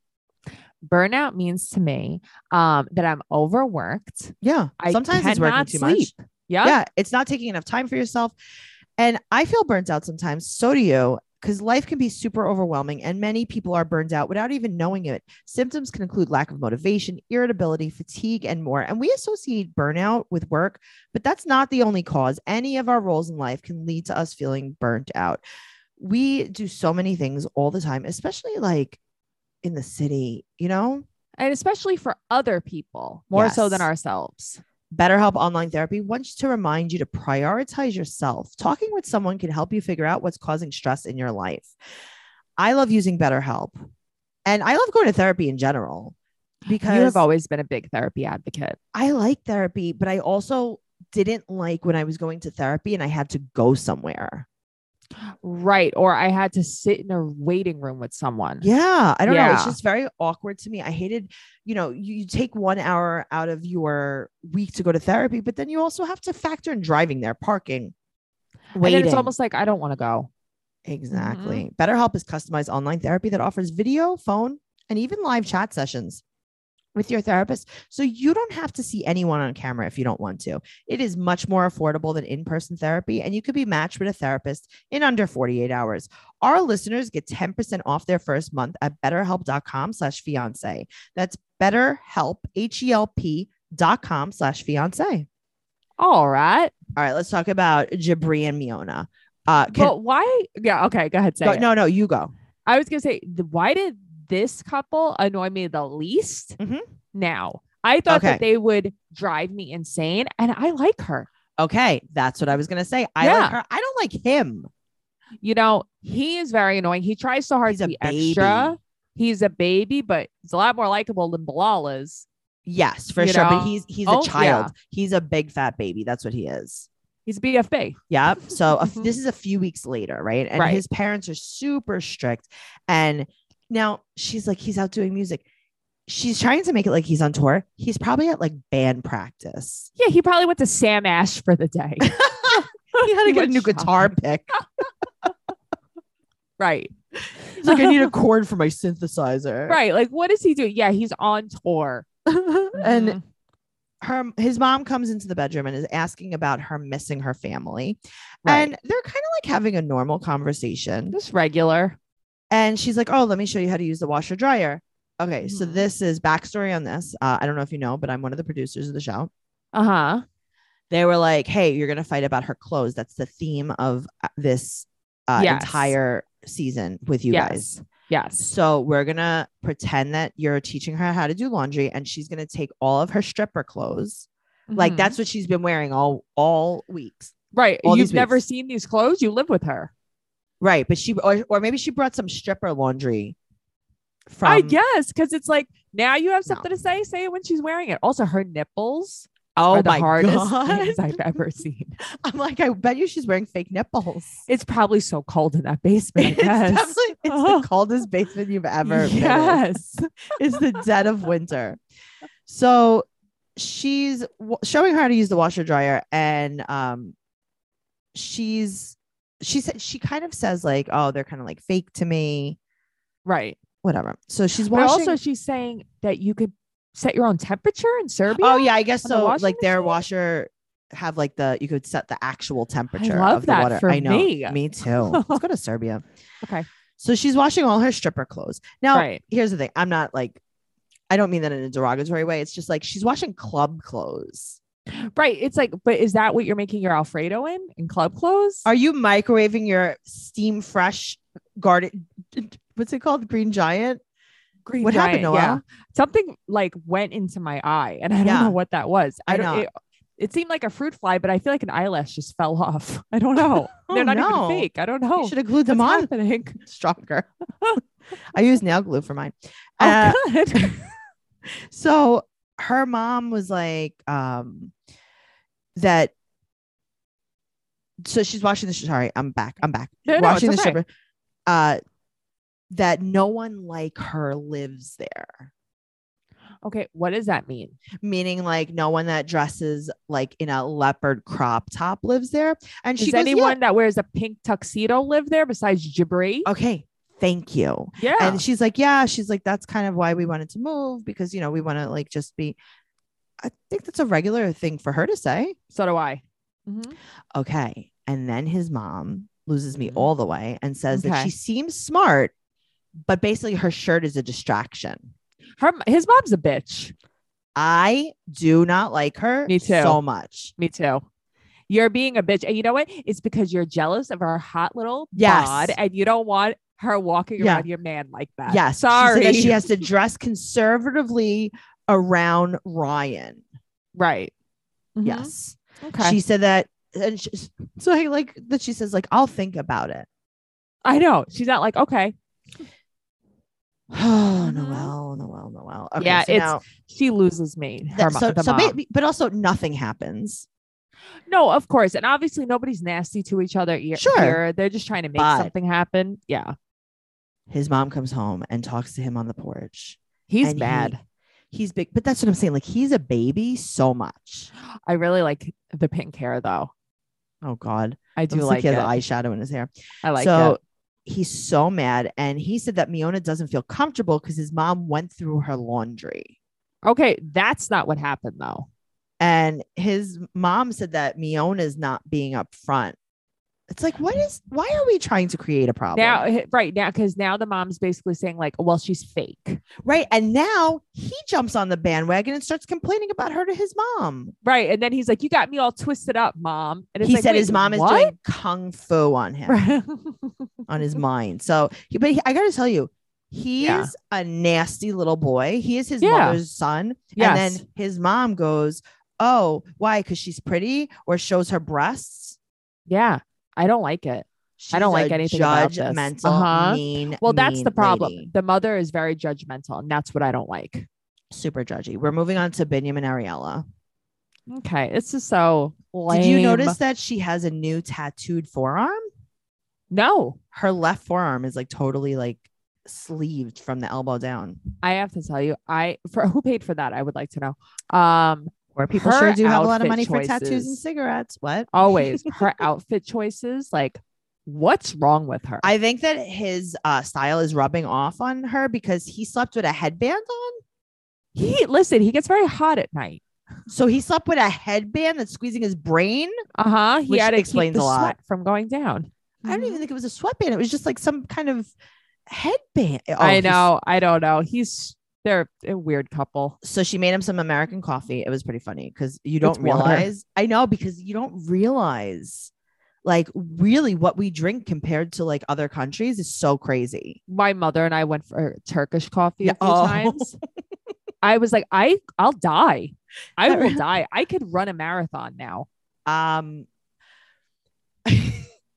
[SPEAKER 3] burnout means to me um, that I'm overworked.
[SPEAKER 2] Yeah.
[SPEAKER 3] I
[SPEAKER 2] Sometimes it's working
[SPEAKER 3] cannot
[SPEAKER 2] too much.
[SPEAKER 3] sleep. Yeah.
[SPEAKER 2] Yeah. It's not taking enough time for yourself. And I feel burnt out sometimes. So do you. Because life can be super overwhelming, and many people are burned out without even knowing it. Symptoms can include lack of motivation, irritability, fatigue, and more. And we associate burnout with work, but that's not the only cause. Any of our roles in life can lead to us feeling burnt out. We do so many things all the time, especially like in the city, you know?
[SPEAKER 3] And especially for other people, more so than
[SPEAKER 2] Yes.
[SPEAKER 3] ourselves.
[SPEAKER 2] BetterHelp Online Therapy wants to remind you to prioritize yourself. Talking with someone can help you figure out what's causing stress in your life. I love using BetterHelp and I love going to therapy in general
[SPEAKER 3] you
[SPEAKER 2] because
[SPEAKER 3] have always been a big therapy advocate.
[SPEAKER 2] I like therapy, but I also didn't like when I was going to therapy and I had to go somewhere.
[SPEAKER 3] Right. Or I had to sit in a waiting room with someone.
[SPEAKER 2] Yeah, I don't know. It's
[SPEAKER 3] Yeah.
[SPEAKER 2] just very awkward to me. I hated, you know, you, you take one hour out of your week to go to therapy, but then you also have to factor in driving there, parking.
[SPEAKER 3] And then it's
[SPEAKER 2] waiting.
[SPEAKER 3] almost like I don't want to go. Mm-hmm.
[SPEAKER 2] Exactly. BetterHelp is customized online therapy that offers video, phone, and even live chat sessions with your therapist. So you don't have to see anyone on camera if you don't want to. It is much more affordable than in person therapy, and you could be matched with a therapist in under 48 hours. Our listeners get 10% off their first month at betterhelp.com slash fiance. That's betterhelp, H E L P dot com slash fiance.
[SPEAKER 3] All right.
[SPEAKER 2] All right, let's talk about Jabri and Miona. Uh, can,
[SPEAKER 3] but why? Yeah. Okay. Go ahead. Say
[SPEAKER 2] go-
[SPEAKER 3] it.
[SPEAKER 2] no, no, you go.
[SPEAKER 3] I was gonna say, th- why did this couple annoy me the least?
[SPEAKER 2] Mhm.
[SPEAKER 3] Now, I thought that
[SPEAKER 2] Okay.
[SPEAKER 3] they would drive me insane, and I like her.
[SPEAKER 2] Okay, that's what I was gonna say. I
[SPEAKER 3] Yeah.
[SPEAKER 2] like her. I don't like him.
[SPEAKER 3] You know, he is very annoying. He tries so hard
[SPEAKER 2] He's
[SPEAKER 3] to
[SPEAKER 2] a
[SPEAKER 3] be
[SPEAKER 2] baby.
[SPEAKER 3] extra. He's a baby, but he's a lot more likable than Bilal is.
[SPEAKER 2] Yes, for
[SPEAKER 3] You
[SPEAKER 2] sure.
[SPEAKER 3] know?
[SPEAKER 2] But he's he's
[SPEAKER 3] Oh,
[SPEAKER 2] a
[SPEAKER 3] yeah.
[SPEAKER 2] child. He's a big fat baby. That's what he is.
[SPEAKER 3] He's a BFB.
[SPEAKER 2] Yep. So a f-
[SPEAKER 3] Mhm.
[SPEAKER 2] this is a few weeks later, right? And
[SPEAKER 3] Right.
[SPEAKER 2] his parents are super strict. And now she's like, he's out doing music. she's trying to make it like he's on tour. He's probably at like band practice.
[SPEAKER 3] Yeah, he probably went to Sam Ash for the day.
[SPEAKER 2] He had to get a new
[SPEAKER 3] went
[SPEAKER 2] guitar
[SPEAKER 3] shopping.
[SPEAKER 2] pick.
[SPEAKER 3] Right.
[SPEAKER 2] He's like, I need a chord for my synthesizer.
[SPEAKER 3] Right. Like, what is he doing? Yeah, he's on tour.
[SPEAKER 2] and
[SPEAKER 3] Mhm.
[SPEAKER 2] her his mom comes into the bedroom and is asking about her missing her family
[SPEAKER 3] Right.
[SPEAKER 2] and they're kind of like having a normal conversation
[SPEAKER 3] just regular.
[SPEAKER 2] and she's like oh let me show you how to use the washer dryer okay so
[SPEAKER 3] Mhm.
[SPEAKER 2] this is backstory on this uh, i don't know if you know but i'm one of the producers of the show
[SPEAKER 3] Uh huh.
[SPEAKER 2] they were like hey you're gonna fight about her clothes that's the theme of uh, this uh,
[SPEAKER 3] Yes.
[SPEAKER 2] entire season with you
[SPEAKER 3] Yes.
[SPEAKER 2] guys
[SPEAKER 3] Yes.
[SPEAKER 2] so we're gonna pretend that you're teaching her how to do laundry and she's gonna take all of her stripper clothes like
[SPEAKER 3] Mhm.
[SPEAKER 2] that's what she's been wearing all all weeks
[SPEAKER 3] right.
[SPEAKER 2] all
[SPEAKER 3] You've
[SPEAKER 2] these
[SPEAKER 3] never
[SPEAKER 2] weeks.
[SPEAKER 3] seen these clothes. You live with her.
[SPEAKER 2] right but she or, or maybe she brought some stripper laundry from
[SPEAKER 3] I guess because it's like now you have
[SPEAKER 2] No.
[SPEAKER 3] something to say. Say it when she's wearing it. Also, her nipples
[SPEAKER 2] oh
[SPEAKER 3] are the
[SPEAKER 2] my
[SPEAKER 3] hardest things
[SPEAKER 2] god
[SPEAKER 3] I've ever seen.
[SPEAKER 2] i'm like i bet you she's wearing fake nipples
[SPEAKER 3] It's probably so cold in that basement. I
[SPEAKER 2] it's,
[SPEAKER 3] guess.
[SPEAKER 2] definitely, it's
[SPEAKER 3] Oh.
[SPEAKER 2] the coldest basement you've ever been in.
[SPEAKER 3] yes.
[SPEAKER 2] it's the dead of winter so she's w- showing her how to use the washer dryer and um she's she said she kind of says like oh they're kind of like fake to me
[SPEAKER 3] Right.
[SPEAKER 2] whatever so she's
[SPEAKER 3] But
[SPEAKER 2] washing
[SPEAKER 3] also, she's saying that you could set your own temperature in Serbia.
[SPEAKER 2] Oh yeah, I guess
[SPEAKER 3] on the
[SPEAKER 2] so.
[SPEAKER 3] washing
[SPEAKER 2] Like their
[SPEAKER 3] machine?
[SPEAKER 2] washer have like the you could set the actual temperature
[SPEAKER 3] love
[SPEAKER 2] of the
[SPEAKER 3] that
[SPEAKER 2] water.
[SPEAKER 3] for
[SPEAKER 2] I know.
[SPEAKER 3] me.
[SPEAKER 2] too. Let's go to Serbia.
[SPEAKER 3] Okay.
[SPEAKER 2] So she's washing all her stripper clothes. Now,
[SPEAKER 3] Right.
[SPEAKER 2] here's the thing. I'm not like I don't mean that in a derogatory way. It's just like she's washing club clothes.
[SPEAKER 3] Right. It's like, but is that what you're making your Alfredo in in club clothes?
[SPEAKER 2] Are you microwaving your steam fresh garden what's it called? Green giant?
[SPEAKER 3] Green
[SPEAKER 2] what happened,
[SPEAKER 3] Giant,
[SPEAKER 2] Noelle?
[SPEAKER 3] Something like went into my eye, and I don't
[SPEAKER 2] Yeah.
[SPEAKER 3] know what that was. I,
[SPEAKER 2] I
[SPEAKER 3] don't.
[SPEAKER 2] know.
[SPEAKER 3] It, it seemed like a fruit fly, but I feel like an eyelash just fell off. I don't know.
[SPEAKER 2] Oh,
[SPEAKER 3] They're not
[SPEAKER 2] no.
[SPEAKER 3] even fake. I don't
[SPEAKER 2] You
[SPEAKER 3] know.
[SPEAKER 2] should have glued them
[SPEAKER 3] What's
[SPEAKER 2] on
[SPEAKER 3] happening?
[SPEAKER 2] stronger. I use nail glue for mine.
[SPEAKER 3] Oh,
[SPEAKER 2] Uh,
[SPEAKER 3] good.
[SPEAKER 2] so her mom was like um that so she's watching the sh- sorry i'm back i'm back
[SPEAKER 3] No, no,
[SPEAKER 2] watching
[SPEAKER 3] it's
[SPEAKER 2] the
[SPEAKER 3] okay.
[SPEAKER 2] stripper uh that no one like her lives there
[SPEAKER 3] okay. What does that mean?
[SPEAKER 2] meaning like no one that dresses like in a leopard crop top lives there and she
[SPEAKER 3] Does
[SPEAKER 2] goes
[SPEAKER 3] anyone
[SPEAKER 2] anyone
[SPEAKER 3] that wears a pink tuxedo live there besides Jabri?
[SPEAKER 2] okay thank you
[SPEAKER 3] yeah.
[SPEAKER 2] Oh, and she's like yeah she's like that's kind of why we wanted to move because you know we want to like just be i think that's a regular thing for her to say
[SPEAKER 3] so do I. Mhm.
[SPEAKER 2] okay. And then his mom loses me
[SPEAKER 3] Mhm.
[SPEAKER 2] all the way and says that
[SPEAKER 3] Okay.
[SPEAKER 2] she seems smart, but basically her shirt is a distraction.
[SPEAKER 3] Her, his mom's a bitch.
[SPEAKER 2] I do not like her
[SPEAKER 3] Me too.
[SPEAKER 2] so much.
[SPEAKER 3] Me too. You're being a bitch. And you know what? It's because you're jealous of her hot little
[SPEAKER 2] Yes.
[SPEAKER 3] bod and you don't want her walking
[SPEAKER 2] Yeah.
[SPEAKER 3] around your man like that.
[SPEAKER 2] Yes. she said that
[SPEAKER 3] Sorry.
[SPEAKER 2] she has to dress conservatively around Ryan.
[SPEAKER 3] right. Mhm.
[SPEAKER 2] Yes.
[SPEAKER 3] Okay.
[SPEAKER 2] She said that. And she, so I like that she says, like, I'll think about it.
[SPEAKER 3] I know. She's not like, okay.
[SPEAKER 2] Oh,
[SPEAKER 3] Mhm.
[SPEAKER 2] Noel, Noel, Noel. Okay,
[SPEAKER 3] Yeah,
[SPEAKER 2] so
[SPEAKER 3] it's
[SPEAKER 2] now
[SPEAKER 3] She loses me.
[SPEAKER 2] that-
[SPEAKER 3] Her mo-
[SPEAKER 2] so,
[SPEAKER 3] the
[SPEAKER 2] so
[SPEAKER 3] mom.
[SPEAKER 2] ba- but also nothing happens.
[SPEAKER 3] no, of course. And obviously nobody's nasty to each other e-
[SPEAKER 2] Sure.
[SPEAKER 3] here. They're just trying to make
[SPEAKER 2] But-
[SPEAKER 3] something happen. Yeah.
[SPEAKER 2] His mom comes home and talks to him on the porch.
[SPEAKER 3] He's
[SPEAKER 2] And he-
[SPEAKER 3] mad.
[SPEAKER 2] he's big, but that's what I'm saying. Like he's a baby so much.
[SPEAKER 3] I really like the pink hair though.
[SPEAKER 2] Oh God,
[SPEAKER 3] I
[SPEAKER 2] I'm
[SPEAKER 3] do
[SPEAKER 2] sick
[SPEAKER 3] like
[SPEAKER 2] he
[SPEAKER 3] it.
[SPEAKER 2] has eyeshadow in his hair.
[SPEAKER 3] I like
[SPEAKER 2] so
[SPEAKER 3] it.
[SPEAKER 2] he's so mad, and he said that Miona doesn't feel comfortable because his mom went through her laundry,
[SPEAKER 3] Okay. That's not what happened though.
[SPEAKER 2] and his mom said that Miona's not being upfront. It's like, what is? Why are we trying to create a problem
[SPEAKER 3] Now, h- right now, because now the mom's basically saying like, "Well, she's fake,"
[SPEAKER 2] Right, and now he jumps on the bandwagon and starts complaining about her to his mom.
[SPEAKER 3] right? And then he's like, "You got me all twisted up, mom." And it's
[SPEAKER 2] He
[SPEAKER 3] like,
[SPEAKER 2] said
[SPEAKER 3] wait,
[SPEAKER 2] his mom is
[SPEAKER 3] what?
[SPEAKER 2] doing kung fu on him. on his mind. So, he, but he, I got to tell you, he
[SPEAKER 3] Mm-hmm. Yeah.
[SPEAKER 2] is a nasty little boy. He is his
[SPEAKER 3] Yeah.
[SPEAKER 2] mother's son. And
[SPEAKER 3] yes,
[SPEAKER 2] then his mom goes, Oh, why? Because she's pretty or shows her breasts.
[SPEAKER 3] yeah. I don't like it.
[SPEAKER 2] She's
[SPEAKER 3] I don't like
[SPEAKER 2] a
[SPEAKER 3] anything about this.
[SPEAKER 2] judgmental,
[SPEAKER 3] Uh-huh.
[SPEAKER 2] mean.
[SPEAKER 3] Well, that's
[SPEAKER 2] mean
[SPEAKER 3] the problem.
[SPEAKER 2] lady.
[SPEAKER 3] The mother is very judgmental, and that's what I don't like.
[SPEAKER 2] Super judgy. We're moving on to Binyam and Ariella.
[SPEAKER 3] Okay, it's just so. Lame.
[SPEAKER 2] Did you notice that she has a new tattooed forearm?
[SPEAKER 3] No,
[SPEAKER 2] Her left forearm is like totally like sleeved from the elbow down.
[SPEAKER 3] I have to tell you, I for who paid for that? I would like to know. Um,
[SPEAKER 2] Where people
[SPEAKER 3] Her
[SPEAKER 2] sure do have a lot of
[SPEAKER 3] outfit
[SPEAKER 2] money for tattoos and
[SPEAKER 3] choices.
[SPEAKER 2] cigarettes. What?
[SPEAKER 3] always her outfit choices, like what's wrong with her?
[SPEAKER 2] I think that his uh, style is rubbing off on her because he slept with a headband on.
[SPEAKER 3] he listen, he gets very hot at night.
[SPEAKER 2] So he slept with a headband that's squeezing his brain.
[SPEAKER 3] Uh huh. He
[SPEAKER 2] Which
[SPEAKER 3] had to
[SPEAKER 2] explains
[SPEAKER 3] keep the
[SPEAKER 2] a lot.
[SPEAKER 3] sweat from going down.
[SPEAKER 2] I
[SPEAKER 3] Mm-hmm.
[SPEAKER 2] don't even think it was a sweatband. It was just like some kind of headband. Oh,
[SPEAKER 3] I
[SPEAKER 2] he's-
[SPEAKER 3] know. I don't know. He's they're a weird couple.
[SPEAKER 2] So she made him some American coffee. It was pretty funny because you don't
[SPEAKER 3] It's water.
[SPEAKER 2] realize. I know because you don't realize like really what we drink compared to like other countries is so crazy.
[SPEAKER 3] My mother and I went for Turkish coffee
[SPEAKER 2] Yeah.
[SPEAKER 3] a few
[SPEAKER 2] Oh.
[SPEAKER 3] times. I was like, I I'll die. I
[SPEAKER 2] That
[SPEAKER 3] will
[SPEAKER 2] re-
[SPEAKER 3] die. I could run a marathon now.
[SPEAKER 2] Um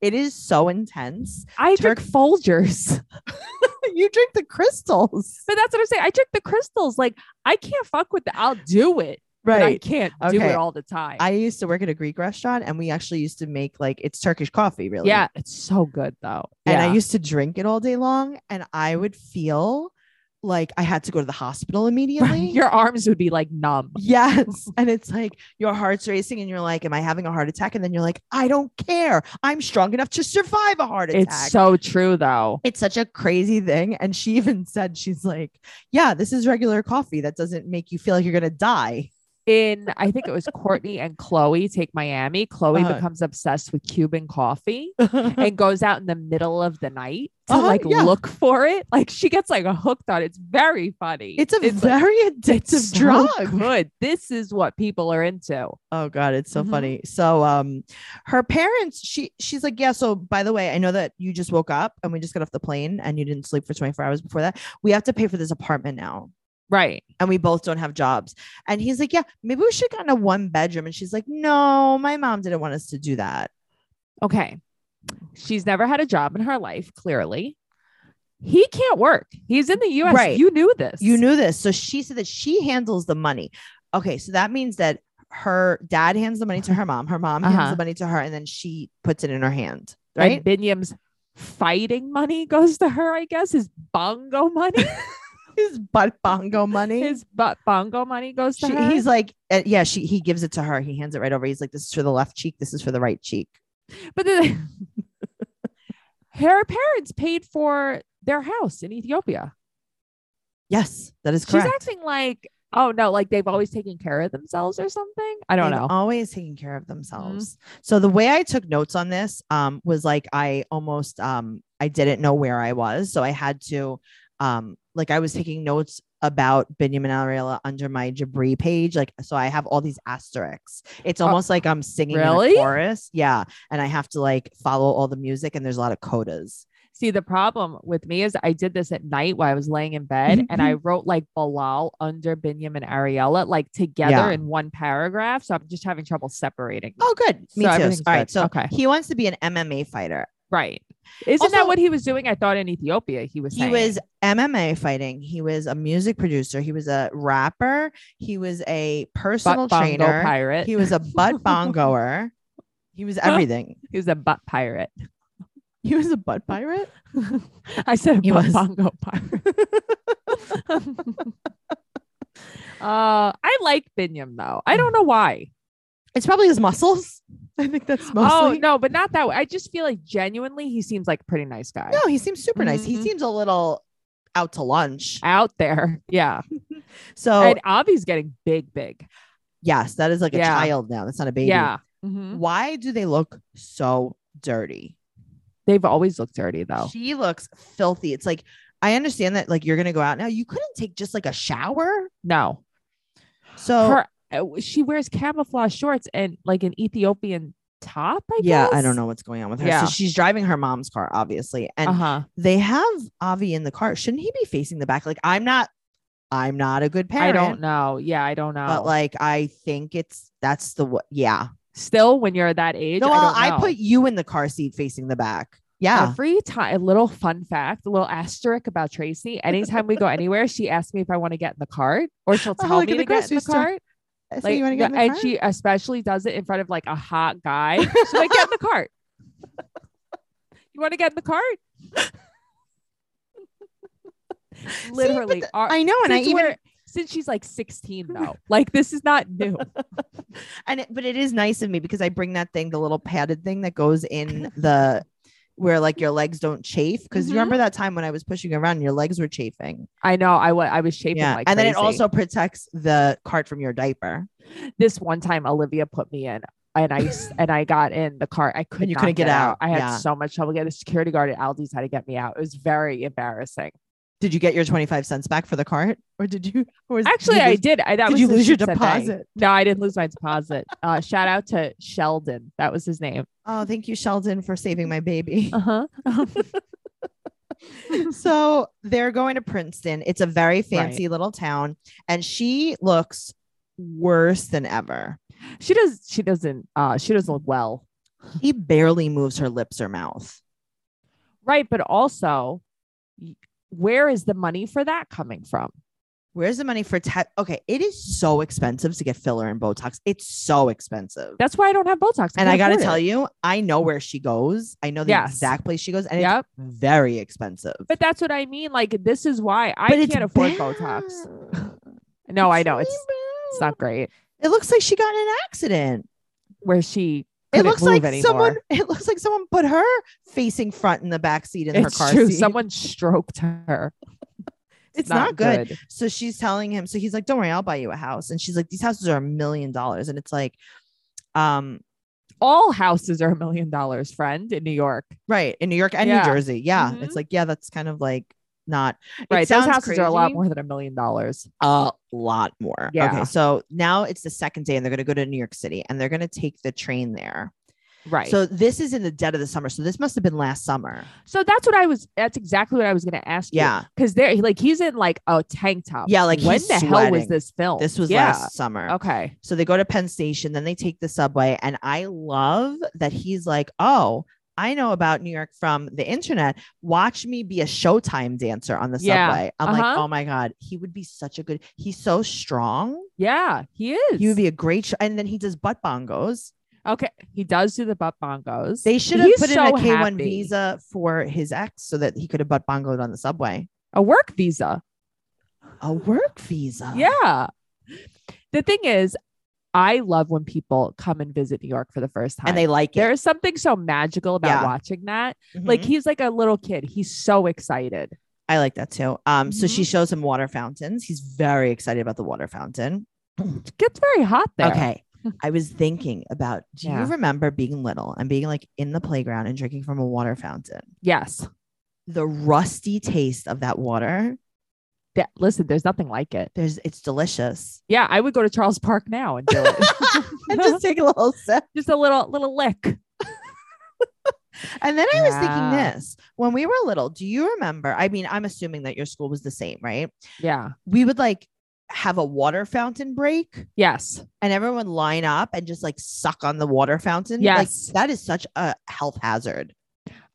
[SPEAKER 2] it is so intense.
[SPEAKER 3] I drink Folgers.
[SPEAKER 2] you drink the crystals.
[SPEAKER 3] But that's what I'm saying. I drink the crystals. Like I can't fuck with that. I'll do it. But I can't do
[SPEAKER 2] Okay.
[SPEAKER 3] it all the time.
[SPEAKER 2] I used to work at a Greek restaurant and we actually used to make like it's Turkish coffee, really.
[SPEAKER 3] yeah, it's so good though.
[SPEAKER 2] And
[SPEAKER 3] Yeah.
[SPEAKER 2] I used to drink it all day long and I would feel like I had to go to the hospital immediately.
[SPEAKER 3] your arms would be like numb.
[SPEAKER 2] Yes. And it's like your heart's racing and you're like, Am I having a heart attack? And then you're like, I don't care. I'm strong enough to survive a heart attack.
[SPEAKER 3] It's so true though.
[SPEAKER 2] it's such a crazy thing. And she even said, She's like, Yeah, this is regular coffee. That doesn't make you feel like you're going to die.
[SPEAKER 3] In I think it was Courtney and Chloe take Miami. Chloe
[SPEAKER 2] Uh-huh.
[SPEAKER 3] becomes obsessed with Cuban coffee and goes out in the middle of the night to
[SPEAKER 2] Uh-huh,
[SPEAKER 3] like
[SPEAKER 2] yeah.
[SPEAKER 3] look for it. Like she gets like hooked on it. It's very funny.
[SPEAKER 2] it's a
[SPEAKER 3] like,
[SPEAKER 2] very
[SPEAKER 3] it's
[SPEAKER 2] addictive
[SPEAKER 3] so
[SPEAKER 2] drug.
[SPEAKER 3] good. This is what people are into.
[SPEAKER 2] Oh God, it's so
[SPEAKER 3] Mhm.
[SPEAKER 2] funny. So um her parents, she she's like, Yeah, so by the way, I know that you just woke up and we just got off the plane and you didn't sleep for 24 hours before that. We have to pay for this apartment now.
[SPEAKER 3] Right.
[SPEAKER 2] And we both don't have jobs. And he's like, Yeah, maybe we should have gotten a one bedroom. And she's like, No, my mom didn't want us to do that.
[SPEAKER 3] Okay. She's never had a job in her life, clearly. He can't work. He's in the US.
[SPEAKER 2] Right.
[SPEAKER 3] You knew this.
[SPEAKER 2] You knew this. So she said that she handles the money. Okay, so that means that her dad hands the money to her mom, her mom hands
[SPEAKER 3] Uh-huh.
[SPEAKER 2] the money to her, and then she puts it in her hand.
[SPEAKER 3] And
[SPEAKER 2] Right.
[SPEAKER 3] Binyam's fighting money goes to her, I guess. His bongo money,
[SPEAKER 2] His butt bongo money.
[SPEAKER 3] his butt bongo money goes to
[SPEAKER 2] She,
[SPEAKER 3] her.
[SPEAKER 2] he's like, uh, yeah, she he gives it to her. He hands it right over. He's like, this is for the left cheek. This is for the right cheek.
[SPEAKER 3] but then her parents paid for their house in Ethiopia.
[SPEAKER 2] Yes, that is
[SPEAKER 3] She's
[SPEAKER 2] correct.
[SPEAKER 3] acting like, oh no, like they've always taken care of themselves or something. I don't
[SPEAKER 2] They've
[SPEAKER 3] know. Mm-hmm.
[SPEAKER 2] Always taking care of themselves. So the way I took notes on this um, was like I almost um, I didn't know where I was, so I had to um, like I was taking notes about Benjamin Ariella under my Jabri page. Like so, I have all these asterisks. It's
[SPEAKER 3] Oh,
[SPEAKER 2] almost like I'm singing in
[SPEAKER 3] really?
[SPEAKER 2] a chorus. Yeah, and I have to like follow all the music, and there's a lot of codas.
[SPEAKER 3] See, the problem with me is I did this at night while I was laying in
[SPEAKER 2] Mm-hmm.
[SPEAKER 3] bed and I wrote like Balal under Binyam and Ariella like together
[SPEAKER 2] Yeah.
[SPEAKER 3] in one paragraph. So I'm just having trouble separating. them.
[SPEAKER 2] Oh, good. Me
[SPEAKER 3] So
[SPEAKER 2] too. All
[SPEAKER 3] everything's
[SPEAKER 2] right.
[SPEAKER 3] good.
[SPEAKER 2] So
[SPEAKER 3] Okay.
[SPEAKER 2] he wants to be an MMA fighter.
[SPEAKER 3] Right. Isn't that
[SPEAKER 2] Also-
[SPEAKER 3] what he was doing? I thought in Ethiopia he was
[SPEAKER 2] He
[SPEAKER 3] saying.
[SPEAKER 2] was MMA fighting. He was a music producer. He was a rapper. He was a personal
[SPEAKER 3] butt bongo
[SPEAKER 2] trainer.
[SPEAKER 3] pirate.
[SPEAKER 2] He was a butt bongoer. He was everything.
[SPEAKER 3] He was a butt pirate.
[SPEAKER 2] he was a butt pirate.
[SPEAKER 3] I said a
[SPEAKER 2] He
[SPEAKER 3] butt
[SPEAKER 2] was.
[SPEAKER 3] bongo pirate. uh, I like Binyam though. I don't know why.
[SPEAKER 2] It's probably his muscles. I think that's mostly.
[SPEAKER 3] Oh no, but not that way. I just feel like genuinely he seems like a pretty nice guy.
[SPEAKER 2] No, he seems super nice. He
[SPEAKER 3] Mhm.
[SPEAKER 2] seems a little out to lunch.
[SPEAKER 3] Out there. Yeah.
[SPEAKER 2] So
[SPEAKER 3] And Avi's getting big, big.
[SPEAKER 2] yes, that is like a
[SPEAKER 3] Yeah.
[SPEAKER 2] child now. That's not a baby.
[SPEAKER 3] Yeah. Mhm.
[SPEAKER 2] Why do they look so dirty?
[SPEAKER 3] They've always looked dirty though.
[SPEAKER 2] She looks filthy. It's like I understand that like you're gonna go out now. You couldn't take just like a shower.
[SPEAKER 3] No.
[SPEAKER 2] So
[SPEAKER 3] Her uh, she wears camouflage shorts and like an Ethiopian top, I
[SPEAKER 2] yeah, I
[SPEAKER 3] guess?
[SPEAKER 2] don't know what's going on with her.
[SPEAKER 3] Yeah.
[SPEAKER 2] So she's driving her mom's car, obviously, and
[SPEAKER 3] uh-huh.
[SPEAKER 2] they have Avi in the car. Shouldn't he be facing the back? Like I'm not, I'm not a good
[SPEAKER 3] I
[SPEAKER 2] parent.
[SPEAKER 3] don't know. Yeah, I don't know.
[SPEAKER 2] But like I think it's that's the what. Yeah.
[SPEAKER 3] still when you're that age,
[SPEAKER 2] No,
[SPEAKER 3] I,
[SPEAKER 2] well,
[SPEAKER 3] don't
[SPEAKER 2] I
[SPEAKER 3] know.
[SPEAKER 2] put you in the car seat facing the back. Yeah.
[SPEAKER 3] Every time, a little fun fact, a little asterisk about Tracy. Anytime we go anywhere, she asks me if I want to get in the cart, or she'll
[SPEAKER 2] Oh,
[SPEAKER 3] tell
[SPEAKER 2] like
[SPEAKER 3] me
[SPEAKER 2] at the
[SPEAKER 3] to get in
[SPEAKER 2] grocery
[SPEAKER 3] the
[SPEAKER 2] store.
[SPEAKER 3] cart.
[SPEAKER 2] I say
[SPEAKER 3] Like,
[SPEAKER 2] you want to get in the
[SPEAKER 3] and
[SPEAKER 2] car?
[SPEAKER 3] she especially does it in front of like a hot guy. She's like, get in the cart. You want to get in the cart? literally are
[SPEAKER 2] I know, and I
[SPEAKER 3] since
[SPEAKER 2] even
[SPEAKER 3] we're- since she's like 16 though. Like this is not new.
[SPEAKER 2] and it, but it is nice of me because I bring that thing, the little padded thing that goes in the where like your legs don't chafe. Because
[SPEAKER 3] Mhm.
[SPEAKER 2] you remember that time when I was pushing around, and your legs were chafing.
[SPEAKER 3] I know I wa- I was shaping
[SPEAKER 2] yeah,
[SPEAKER 3] like
[SPEAKER 2] and then it
[SPEAKER 3] crazy.
[SPEAKER 2] also protects the cart from your diaper.
[SPEAKER 3] this one time Olivia put me in and I s- and I got in the car. I could
[SPEAKER 2] you
[SPEAKER 3] not
[SPEAKER 2] couldn't get out.
[SPEAKER 3] I had
[SPEAKER 2] Yeah.
[SPEAKER 3] so much trouble getting the security guard at Aldi's had to get me out. It was very embarrassing.
[SPEAKER 2] Did you get your twenty five cents back for the cart, or did you? Or was-
[SPEAKER 3] Actually,
[SPEAKER 2] you
[SPEAKER 3] I
[SPEAKER 2] lose-
[SPEAKER 3] did. I, that
[SPEAKER 2] did
[SPEAKER 3] was
[SPEAKER 2] you
[SPEAKER 3] the
[SPEAKER 2] lose your
[SPEAKER 3] Sheets and Bang.
[SPEAKER 2] deposit?
[SPEAKER 3] No, I didn't lose my deposit. Uh, shout out to Sheldon. That was his name.
[SPEAKER 2] Oh, thank you, Sheldon, for saving my baby.
[SPEAKER 3] Uh huh.
[SPEAKER 2] so they're going to Princeton. It's a very fancy little town, and she looks worse than ever.
[SPEAKER 3] she does. She doesn't. Uh, she doesn't look well.
[SPEAKER 2] She barely moves her lips or mouth.
[SPEAKER 3] Right, but also, y- where is the money for that coming from?
[SPEAKER 2] Where's the money for tat? Okay, it is so expensive to get filler and Botox. It's so expensive.
[SPEAKER 3] That's why I don't have Botox.
[SPEAKER 2] and I
[SPEAKER 3] can't
[SPEAKER 2] gotta
[SPEAKER 3] afford it.
[SPEAKER 2] tell you, I know where she goes. I know the
[SPEAKER 3] Yes.
[SPEAKER 2] exact place she goes, and
[SPEAKER 3] Yep.
[SPEAKER 2] it's very expensive.
[SPEAKER 3] But that's what I mean. Like this is why I
[SPEAKER 2] But it's
[SPEAKER 3] can't afford
[SPEAKER 2] bad.
[SPEAKER 3] Botox. No, I know it's it's
[SPEAKER 2] really
[SPEAKER 3] not great.
[SPEAKER 2] bad. It looks like she got in an accident.
[SPEAKER 3] Where she
[SPEAKER 2] It
[SPEAKER 3] couldn't
[SPEAKER 2] looks
[SPEAKER 3] move
[SPEAKER 2] like someone.
[SPEAKER 3] anymore.
[SPEAKER 2] It looks like someone put her facing front in the back seat in her
[SPEAKER 3] It's
[SPEAKER 2] car
[SPEAKER 3] true.
[SPEAKER 2] seat.
[SPEAKER 3] Someone stroked her.
[SPEAKER 2] it's not, good. So she's telling him, so he's like, Don't worry, I'll buy you a house. And she's like, These houses are a million dollars. And it's like, um,
[SPEAKER 3] All houses are a million dollars, friend, in New York.
[SPEAKER 2] right, in New York and
[SPEAKER 3] Yeah.
[SPEAKER 2] New Jersey. Yeah.
[SPEAKER 3] Mhm.
[SPEAKER 2] It's like, yeah, that's kind of like not it
[SPEAKER 3] Right. Those
[SPEAKER 2] sounds
[SPEAKER 3] houses are a lot
[SPEAKER 2] crazy,
[SPEAKER 3] more than a million dollars.
[SPEAKER 2] a lot more.
[SPEAKER 3] Yeah.
[SPEAKER 2] Okay. So now it's the second day, and they're gonna go to New York City and they're gonna take the train there.
[SPEAKER 3] Right. So
[SPEAKER 2] So this is in the dead of the summer. So this must have been last summer.
[SPEAKER 3] so that's what I was that's exactly what I was gonna ask you.
[SPEAKER 2] Yeah.
[SPEAKER 3] Because there like he's in like a tank top.
[SPEAKER 2] Yeah, like,
[SPEAKER 3] when
[SPEAKER 2] he's
[SPEAKER 3] the hell was
[SPEAKER 2] sweating.
[SPEAKER 3] this film?
[SPEAKER 2] This was
[SPEAKER 3] yeah.
[SPEAKER 2] last summer.
[SPEAKER 3] Okay.
[SPEAKER 2] So they go to Penn Station, then they take the subway. And I love that he's like, oh, I know about New York from the internet. Watch me be a Showtime dancer on the
[SPEAKER 3] Yeah.
[SPEAKER 2] subway. I'm like,
[SPEAKER 3] Uh-huh.
[SPEAKER 2] oh my God, he would be such a good, he's so strong.
[SPEAKER 3] Yeah, he is.
[SPEAKER 2] He would be a great show. And then he does butt bongos.
[SPEAKER 3] okay. He does do the butt bongos.
[SPEAKER 2] They should have
[SPEAKER 3] He's
[SPEAKER 2] put in
[SPEAKER 3] so
[SPEAKER 2] a K1
[SPEAKER 3] happy.
[SPEAKER 2] visa for his ex so that he could have butt bongoed on the subway.
[SPEAKER 3] a work visa.
[SPEAKER 2] A work visa.
[SPEAKER 3] Yeah. The thing is, I love when people come and visit New York for the first time.
[SPEAKER 2] And they like
[SPEAKER 3] there
[SPEAKER 2] it.
[SPEAKER 3] is something so magical about
[SPEAKER 2] Yeah.
[SPEAKER 3] watching that.
[SPEAKER 2] Mhm.
[SPEAKER 3] Like he's like a little kid. He's so excited.
[SPEAKER 2] I like that too. Um, so
[SPEAKER 3] Mm-hmm.
[SPEAKER 2] she shows him water fountains. He's very excited about the water fountain.
[SPEAKER 3] It gets very hot there.
[SPEAKER 2] Okay. I was thinking about do you
[SPEAKER 3] Yeah.
[SPEAKER 2] remember being little and being like in the playground and drinking from a water fountain?
[SPEAKER 3] Yes.
[SPEAKER 2] The rusty taste of that water,
[SPEAKER 3] That- listen, there's nothing like it.
[SPEAKER 2] there's it's delicious.
[SPEAKER 3] Yeah, I would go to Charles Park now and do it.
[SPEAKER 2] and just take a little sip.
[SPEAKER 3] Just a little little lick.
[SPEAKER 2] And then I was thinking
[SPEAKER 3] Yeah.
[SPEAKER 2] this when we were little, do you remember? I mean, I'm assuming that your school was the same, right?
[SPEAKER 3] Yeah.
[SPEAKER 2] We would like have a water fountain break
[SPEAKER 3] Yes.
[SPEAKER 2] and everyone would line up and just like suck on the water fountain.
[SPEAKER 3] Yes.
[SPEAKER 2] Like that is such a health hazard.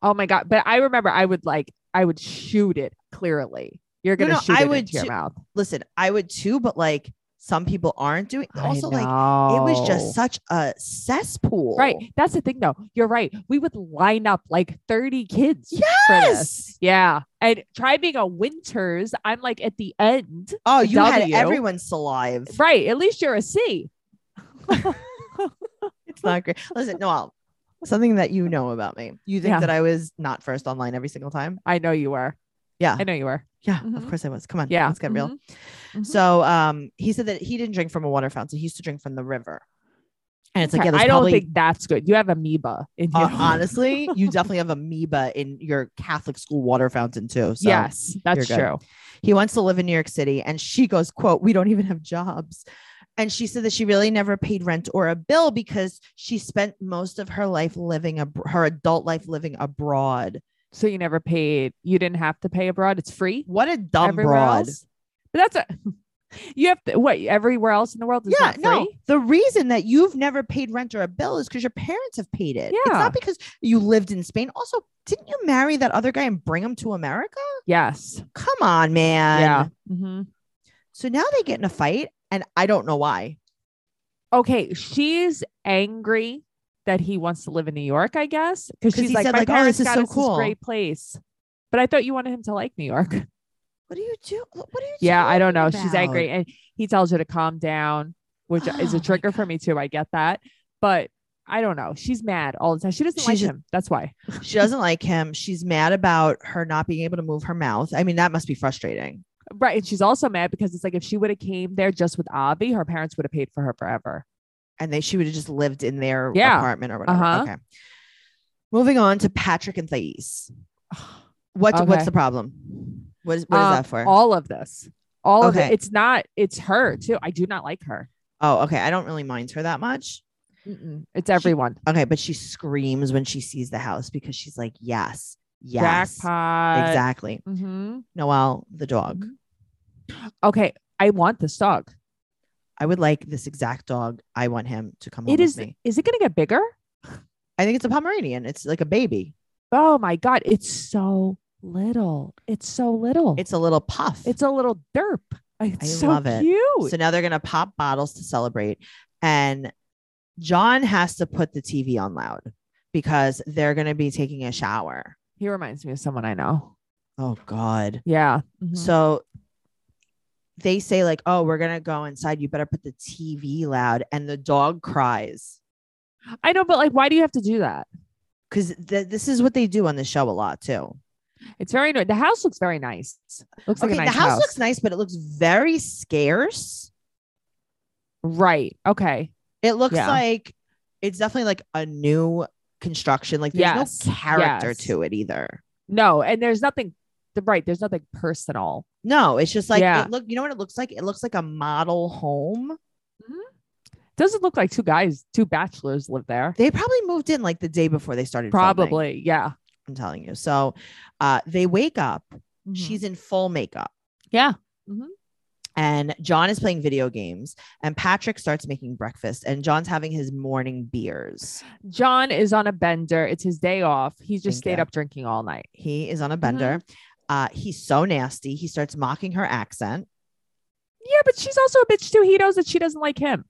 [SPEAKER 3] Oh my god. But I remember I would like I would shoot it clearly. You're
[SPEAKER 2] No,
[SPEAKER 3] gonna
[SPEAKER 2] no,
[SPEAKER 3] shoot
[SPEAKER 2] I
[SPEAKER 3] it
[SPEAKER 2] would
[SPEAKER 3] into your
[SPEAKER 2] ju-
[SPEAKER 3] mouth.
[SPEAKER 2] Listen, I would too, but like some people aren't doing
[SPEAKER 3] I
[SPEAKER 2] also like it
[SPEAKER 3] know.
[SPEAKER 2] was just such a cesspool.
[SPEAKER 3] Oh. Right. That's the thing though. You're right. We would line up like 30 kids. for this.
[SPEAKER 2] Yes.
[SPEAKER 3] Yeah. And try being a winters. I'm like at the end.
[SPEAKER 2] Oh,
[SPEAKER 3] A
[SPEAKER 2] you had
[SPEAKER 3] W.
[SPEAKER 2] everyone salive.
[SPEAKER 3] Right. At least you're a C.
[SPEAKER 2] It's not great. Listen, Noel, something that you know about me. You think
[SPEAKER 3] Yeah.
[SPEAKER 2] that I was not first online every single time?
[SPEAKER 3] I know you were.
[SPEAKER 2] Yeah.
[SPEAKER 3] I know you were.
[SPEAKER 2] Yeah, of
[SPEAKER 3] Mhm.
[SPEAKER 2] course I was. Come on.
[SPEAKER 3] Yeah.
[SPEAKER 2] Let's get real.
[SPEAKER 3] Mhm. Mhm.
[SPEAKER 2] So um he said that he didn't drink from a water fountain. He used to drink from the river. And it's like,
[SPEAKER 3] Okay,
[SPEAKER 2] yeah, there's
[SPEAKER 3] I don't
[SPEAKER 2] probably
[SPEAKER 3] think that's good. You have amoeba in you.
[SPEAKER 2] uh, honestly, you definitely have amoeba in your Catholic school water fountain too. So
[SPEAKER 3] yes, that's
[SPEAKER 2] you're good.
[SPEAKER 3] true.
[SPEAKER 2] he wants to live in new york city and she goes quote we don't even have jobs and she said that she really never paid rent or a bill because she spent most of her life living ab- her adult life living abroad
[SPEAKER 3] So you never paid. You didn't have to pay abroad. It's free.
[SPEAKER 2] what a dumb
[SPEAKER 3] everywhere
[SPEAKER 2] broad
[SPEAKER 3] else. But that's a you have to what everywhere else in the world is
[SPEAKER 2] yeah
[SPEAKER 3] not free.
[SPEAKER 2] no the reason that you've never paid rent or a bill is because your parents have paid it it's
[SPEAKER 3] Yeah.
[SPEAKER 2] not because you lived in spain also didn't you marry that other guy and bring him to america
[SPEAKER 3] Yes.
[SPEAKER 2] come on man
[SPEAKER 3] yeah. hmm
[SPEAKER 2] so now they get in a fight and i don't know why
[SPEAKER 3] okay, she's angry that he wants to live in New York, I guess, because
[SPEAKER 2] 'Cause
[SPEAKER 3] she's
[SPEAKER 2] he
[SPEAKER 3] like,
[SPEAKER 2] said,
[SPEAKER 3] my
[SPEAKER 2] like, "Oh,
[SPEAKER 3] parents
[SPEAKER 2] this is
[SPEAKER 3] got
[SPEAKER 2] so
[SPEAKER 3] us
[SPEAKER 2] cool."
[SPEAKER 3] this great place. But I thought you wanted him to like New York.
[SPEAKER 2] What do you do? What are you
[SPEAKER 3] Yeah, I don't know.
[SPEAKER 2] talking
[SPEAKER 3] She's
[SPEAKER 2] about?
[SPEAKER 3] angry, and he tells her to calm down, which is a
[SPEAKER 2] Oh my
[SPEAKER 3] trigger for me too. I get that, but I don't know. She's mad all the time. She doesn't
[SPEAKER 2] She's
[SPEAKER 3] like
[SPEAKER 2] just-
[SPEAKER 3] him. That's why.
[SPEAKER 2] She doesn't like him. She's mad about her not being able to move her mouth. I mean, that must be frustrating.
[SPEAKER 3] Right, and she's also mad because it's like if she would have came there just with Avi, her parents would have paid for her forever.
[SPEAKER 2] And they she would have just lived in their
[SPEAKER 3] Yeah.
[SPEAKER 2] apartment or whatever.
[SPEAKER 3] Uh-huh.
[SPEAKER 2] Okay. Moving on to Patrick and Thais. What
[SPEAKER 3] Okay.
[SPEAKER 2] what's the problem? What is what is
[SPEAKER 3] Um,
[SPEAKER 2] that for?
[SPEAKER 3] All of this, all of
[SPEAKER 2] Okay.
[SPEAKER 3] it. It's not. It's her too. I do not like her.
[SPEAKER 2] oh, okay. I don't really mind her that much.
[SPEAKER 3] Mm-mm. It's everyone.
[SPEAKER 2] Okay, but she screams when she sees the house because she's like, yes, yes,
[SPEAKER 3] Jackpot. Mm-hmm.
[SPEAKER 2] exactly.
[SPEAKER 3] hmm
[SPEAKER 2] Noel, the dog.
[SPEAKER 3] Okay, I want this dog.
[SPEAKER 2] I would like this exact dog. I want him to come home
[SPEAKER 3] It
[SPEAKER 2] with
[SPEAKER 3] is.
[SPEAKER 2] me.
[SPEAKER 3] Is it going to get bigger?
[SPEAKER 2] I think it's a Pomeranian. It's like a baby.
[SPEAKER 3] Oh my god, it's so little. It's so little.
[SPEAKER 2] It's a little puff.
[SPEAKER 3] it's a little derp. It's
[SPEAKER 2] I
[SPEAKER 3] so
[SPEAKER 2] love it.
[SPEAKER 3] cute.
[SPEAKER 2] so now they're gonna pop bottles to celebrate, and John has to put the TV on loud because they're gonna be taking a shower.
[SPEAKER 3] he reminds me of someone I know.
[SPEAKER 2] Oh God.
[SPEAKER 3] Yeah. Mhm.
[SPEAKER 2] So Mm-hmm. they say like, "Oh, we're gonna go inside. You better put the TV loud." And the dog cries
[SPEAKER 3] I know, but like, why do you have to do that?
[SPEAKER 2] because th- this is what they do on the show a lot too.
[SPEAKER 3] It's very annoying. The house looks very nice. Looks like
[SPEAKER 2] Okay,
[SPEAKER 3] a nice
[SPEAKER 2] the house, looks nice, but it looks very scarce.
[SPEAKER 3] right. Okay.
[SPEAKER 2] It looks
[SPEAKER 3] Yeah.
[SPEAKER 2] like it's definitely like a new construction. Like there's
[SPEAKER 3] Yes,
[SPEAKER 2] no character
[SPEAKER 3] yes.
[SPEAKER 2] to it either.
[SPEAKER 3] No, and there's nothing. the- Right. There's nothing personal.
[SPEAKER 2] No, it's just like
[SPEAKER 3] Yeah.
[SPEAKER 2] it look. You know what it looks like? It looks like a model home.
[SPEAKER 3] Doesn't look like two guys, two bachelors live there.
[SPEAKER 2] They probably moved in like the day before they started. filming,
[SPEAKER 3] Probably. Yeah.
[SPEAKER 2] I'm telling you. So, uh, they wake up.
[SPEAKER 3] Mhm.
[SPEAKER 2] She's in full makeup.
[SPEAKER 3] Yeah.
[SPEAKER 2] and John is playing video games and Patrick starts making breakfast and John's having his morning beers.
[SPEAKER 3] John is on a bender. It's his day off. He's just
[SPEAKER 2] Thank
[SPEAKER 3] stayed
[SPEAKER 2] you.
[SPEAKER 3] up drinking all night.
[SPEAKER 2] He is on a bender.
[SPEAKER 3] Mm-hmm.
[SPEAKER 2] Uh, he's so nasty. He starts mocking her accent.
[SPEAKER 3] Yeah, but she's also a bitch too. He knows that she doesn't like him.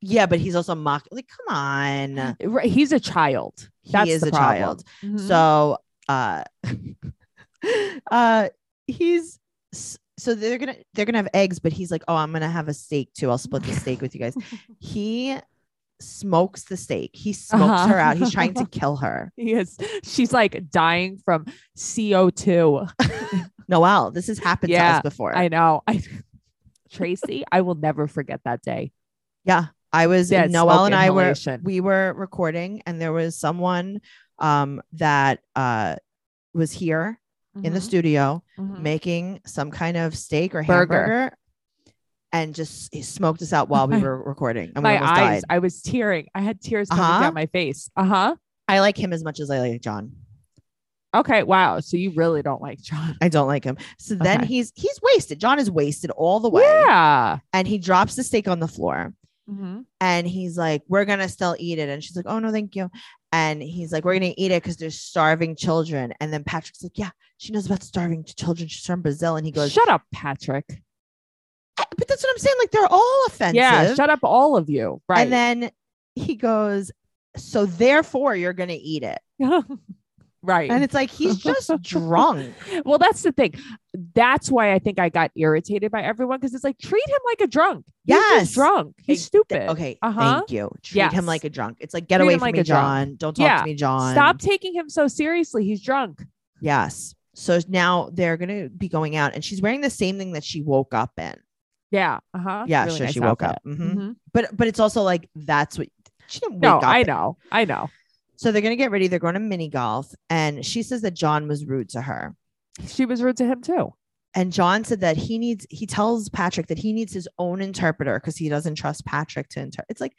[SPEAKER 2] Yeah, but he's also mock like, come on.
[SPEAKER 3] Right, He's a child.
[SPEAKER 2] He
[SPEAKER 3] That's
[SPEAKER 2] is
[SPEAKER 3] the
[SPEAKER 2] a
[SPEAKER 3] problem.
[SPEAKER 2] child.
[SPEAKER 3] Mhm.
[SPEAKER 2] So uh uh he's s- so they're gonna they're gonna have eggs, but he's like, Oh, I'm gonna have a steak too. I'll split the steak with you guys. He smokes the steak. He smokes
[SPEAKER 3] Uh-huh.
[SPEAKER 2] her out. He's trying to kill her.
[SPEAKER 3] Mm-hmm. he is. She's like dying from CO2.
[SPEAKER 2] Noel, this has happened to
[SPEAKER 3] Yeah,
[SPEAKER 2] us before.
[SPEAKER 3] I know. I Tracy, I will never forget that day.
[SPEAKER 2] yeah, I was
[SPEAKER 3] Yeah,
[SPEAKER 2] Noel
[SPEAKER 3] smoke
[SPEAKER 2] and I were
[SPEAKER 3] inhalation.
[SPEAKER 2] we were recording, and there was someone um, that uh, was here in the
[SPEAKER 3] Mhm,
[SPEAKER 2] studio
[SPEAKER 3] mhm.
[SPEAKER 2] making some kind of steak or
[SPEAKER 3] Burger.
[SPEAKER 2] hamburger, and just he smoked us out while we
[SPEAKER 3] My-
[SPEAKER 2] were recording, and we
[SPEAKER 3] my
[SPEAKER 2] almost
[SPEAKER 3] eyes,
[SPEAKER 2] died.
[SPEAKER 3] I was tearing. I had tears coming
[SPEAKER 2] Uh-huh.
[SPEAKER 3] down my face. Uh huh.
[SPEAKER 2] I like him as much as I like John.
[SPEAKER 3] Okay. Wow. So you really don't like John.
[SPEAKER 2] I don't like him. So then
[SPEAKER 3] Okay.
[SPEAKER 2] he's he's wasted. John is wasted all the way,
[SPEAKER 3] Yeah.
[SPEAKER 2] and he drops the steak on the floor.
[SPEAKER 3] Mhm.
[SPEAKER 2] And he's like, we're going to still eat it. And she's like, oh, no, thank you. And he's like, we're going to eat it because there's starving children. And then Patrick's like, yeah, she knows about starving ch- children. She's from Brazil. And he goes,
[SPEAKER 3] Shut up, Patrick.
[SPEAKER 2] "Ah, but that's what I'm saying. Like, they're all offensive.
[SPEAKER 3] Yeah. Shut up, all of you. Right.
[SPEAKER 2] And then he goes, so therefore you're going to eat it.
[SPEAKER 3] right.
[SPEAKER 2] And it's like, he's just drunk.
[SPEAKER 3] well, that's the thing. That's why I think I got irritated by everyone because it's like treat him like a drunk. He's just
[SPEAKER 2] Yes.
[SPEAKER 3] drunk. He's
[SPEAKER 2] Ex-
[SPEAKER 3] stupid.
[SPEAKER 2] Okay.
[SPEAKER 3] Uh-huh.
[SPEAKER 2] Thank you. Treat him
[SPEAKER 3] Yes.
[SPEAKER 2] like a drunk. It's like, get
[SPEAKER 3] Treat
[SPEAKER 2] away
[SPEAKER 3] him
[SPEAKER 2] from
[SPEAKER 3] like
[SPEAKER 2] me,
[SPEAKER 3] a drunk.
[SPEAKER 2] John. Don't talk
[SPEAKER 3] Yeah.
[SPEAKER 2] to me, John.
[SPEAKER 3] Stop taking him so seriously. He's drunk.
[SPEAKER 2] Yes. So now they're going to be going out. And she's wearing the same thing that she woke up in.
[SPEAKER 3] Yeah. Uh huh.
[SPEAKER 2] Yeah, sure. she woke up. Mhm. But but it's also like that's what she didn't
[SPEAKER 3] Mm-hmm.
[SPEAKER 2] wake
[SPEAKER 3] No,
[SPEAKER 2] up.
[SPEAKER 3] I know. I know.
[SPEAKER 2] So they're gonna get ready. They're going to mini golf, and she says that John was rude to her.
[SPEAKER 3] She was rude to him too.
[SPEAKER 2] And John said that he needs. He tells Patrick that he needs his own interpreter because he doesn't trust Patrick to interpret. It's like,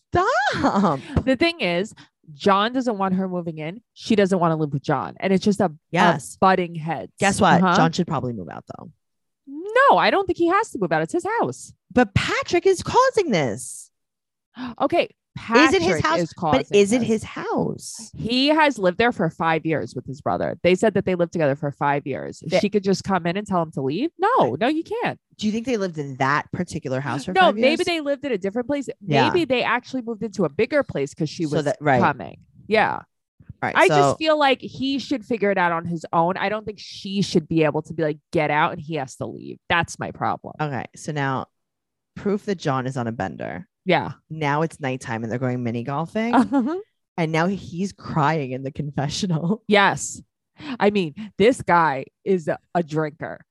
[SPEAKER 2] stop.
[SPEAKER 3] The thing is, John doesn't want her moving in. She doesn't want to live with John. And it's just a,
[SPEAKER 2] Yes.
[SPEAKER 3] a butting heads.
[SPEAKER 2] Um, Guess what?
[SPEAKER 3] Uh-huh.
[SPEAKER 2] John should probably move out though.
[SPEAKER 3] No, I don't think he has to move out. It's his house.
[SPEAKER 2] But Patrick is causing this.
[SPEAKER 3] Okay. Patrick
[SPEAKER 2] is it his house?
[SPEAKER 3] Is causing
[SPEAKER 2] But is it
[SPEAKER 3] this.
[SPEAKER 2] his house?
[SPEAKER 3] He has lived there for five years with his brother. They said that they lived together for five years.
[SPEAKER 2] Th-
[SPEAKER 3] she could just come in and tell him to leave. No, no, you can't.
[SPEAKER 2] Do you think they lived in that particular house for
[SPEAKER 3] No,
[SPEAKER 2] five
[SPEAKER 3] maybe
[SPEAKER 2] years?
[SPEAKER 3] they lived at a different place.
[SPEAKER 2] Yeah.
[SPEAKER 3] Maybe they actually moved into a bigger place because she
[SPEAKER 2] So
[SPEAKER 3] was
[SPEAKER 2] that- right.
[SPEAKER 3] coming. Yeah.
[SPEAKER 2] All right.
[SPEAKER 3] I
[SPEAKER 2] so-
[SPEAKER 3] just feel like he should figure it out on his own. I don't think she should be able to be like, get out and he has to leave. That's my problem.
[SPEAKER 2] Okay. So now proof that John is on a bender.
[SPEAKER 3] Yeah.
[SPEAKER 2] Now it's nighttime and they're going mini golfing.
[SPEAKER 3] Uh-huh.
[SPEAKER 2] and now he's crying in the confessional.
[SPEAKER 3] Yes. I mean, this guy is a, a drinker.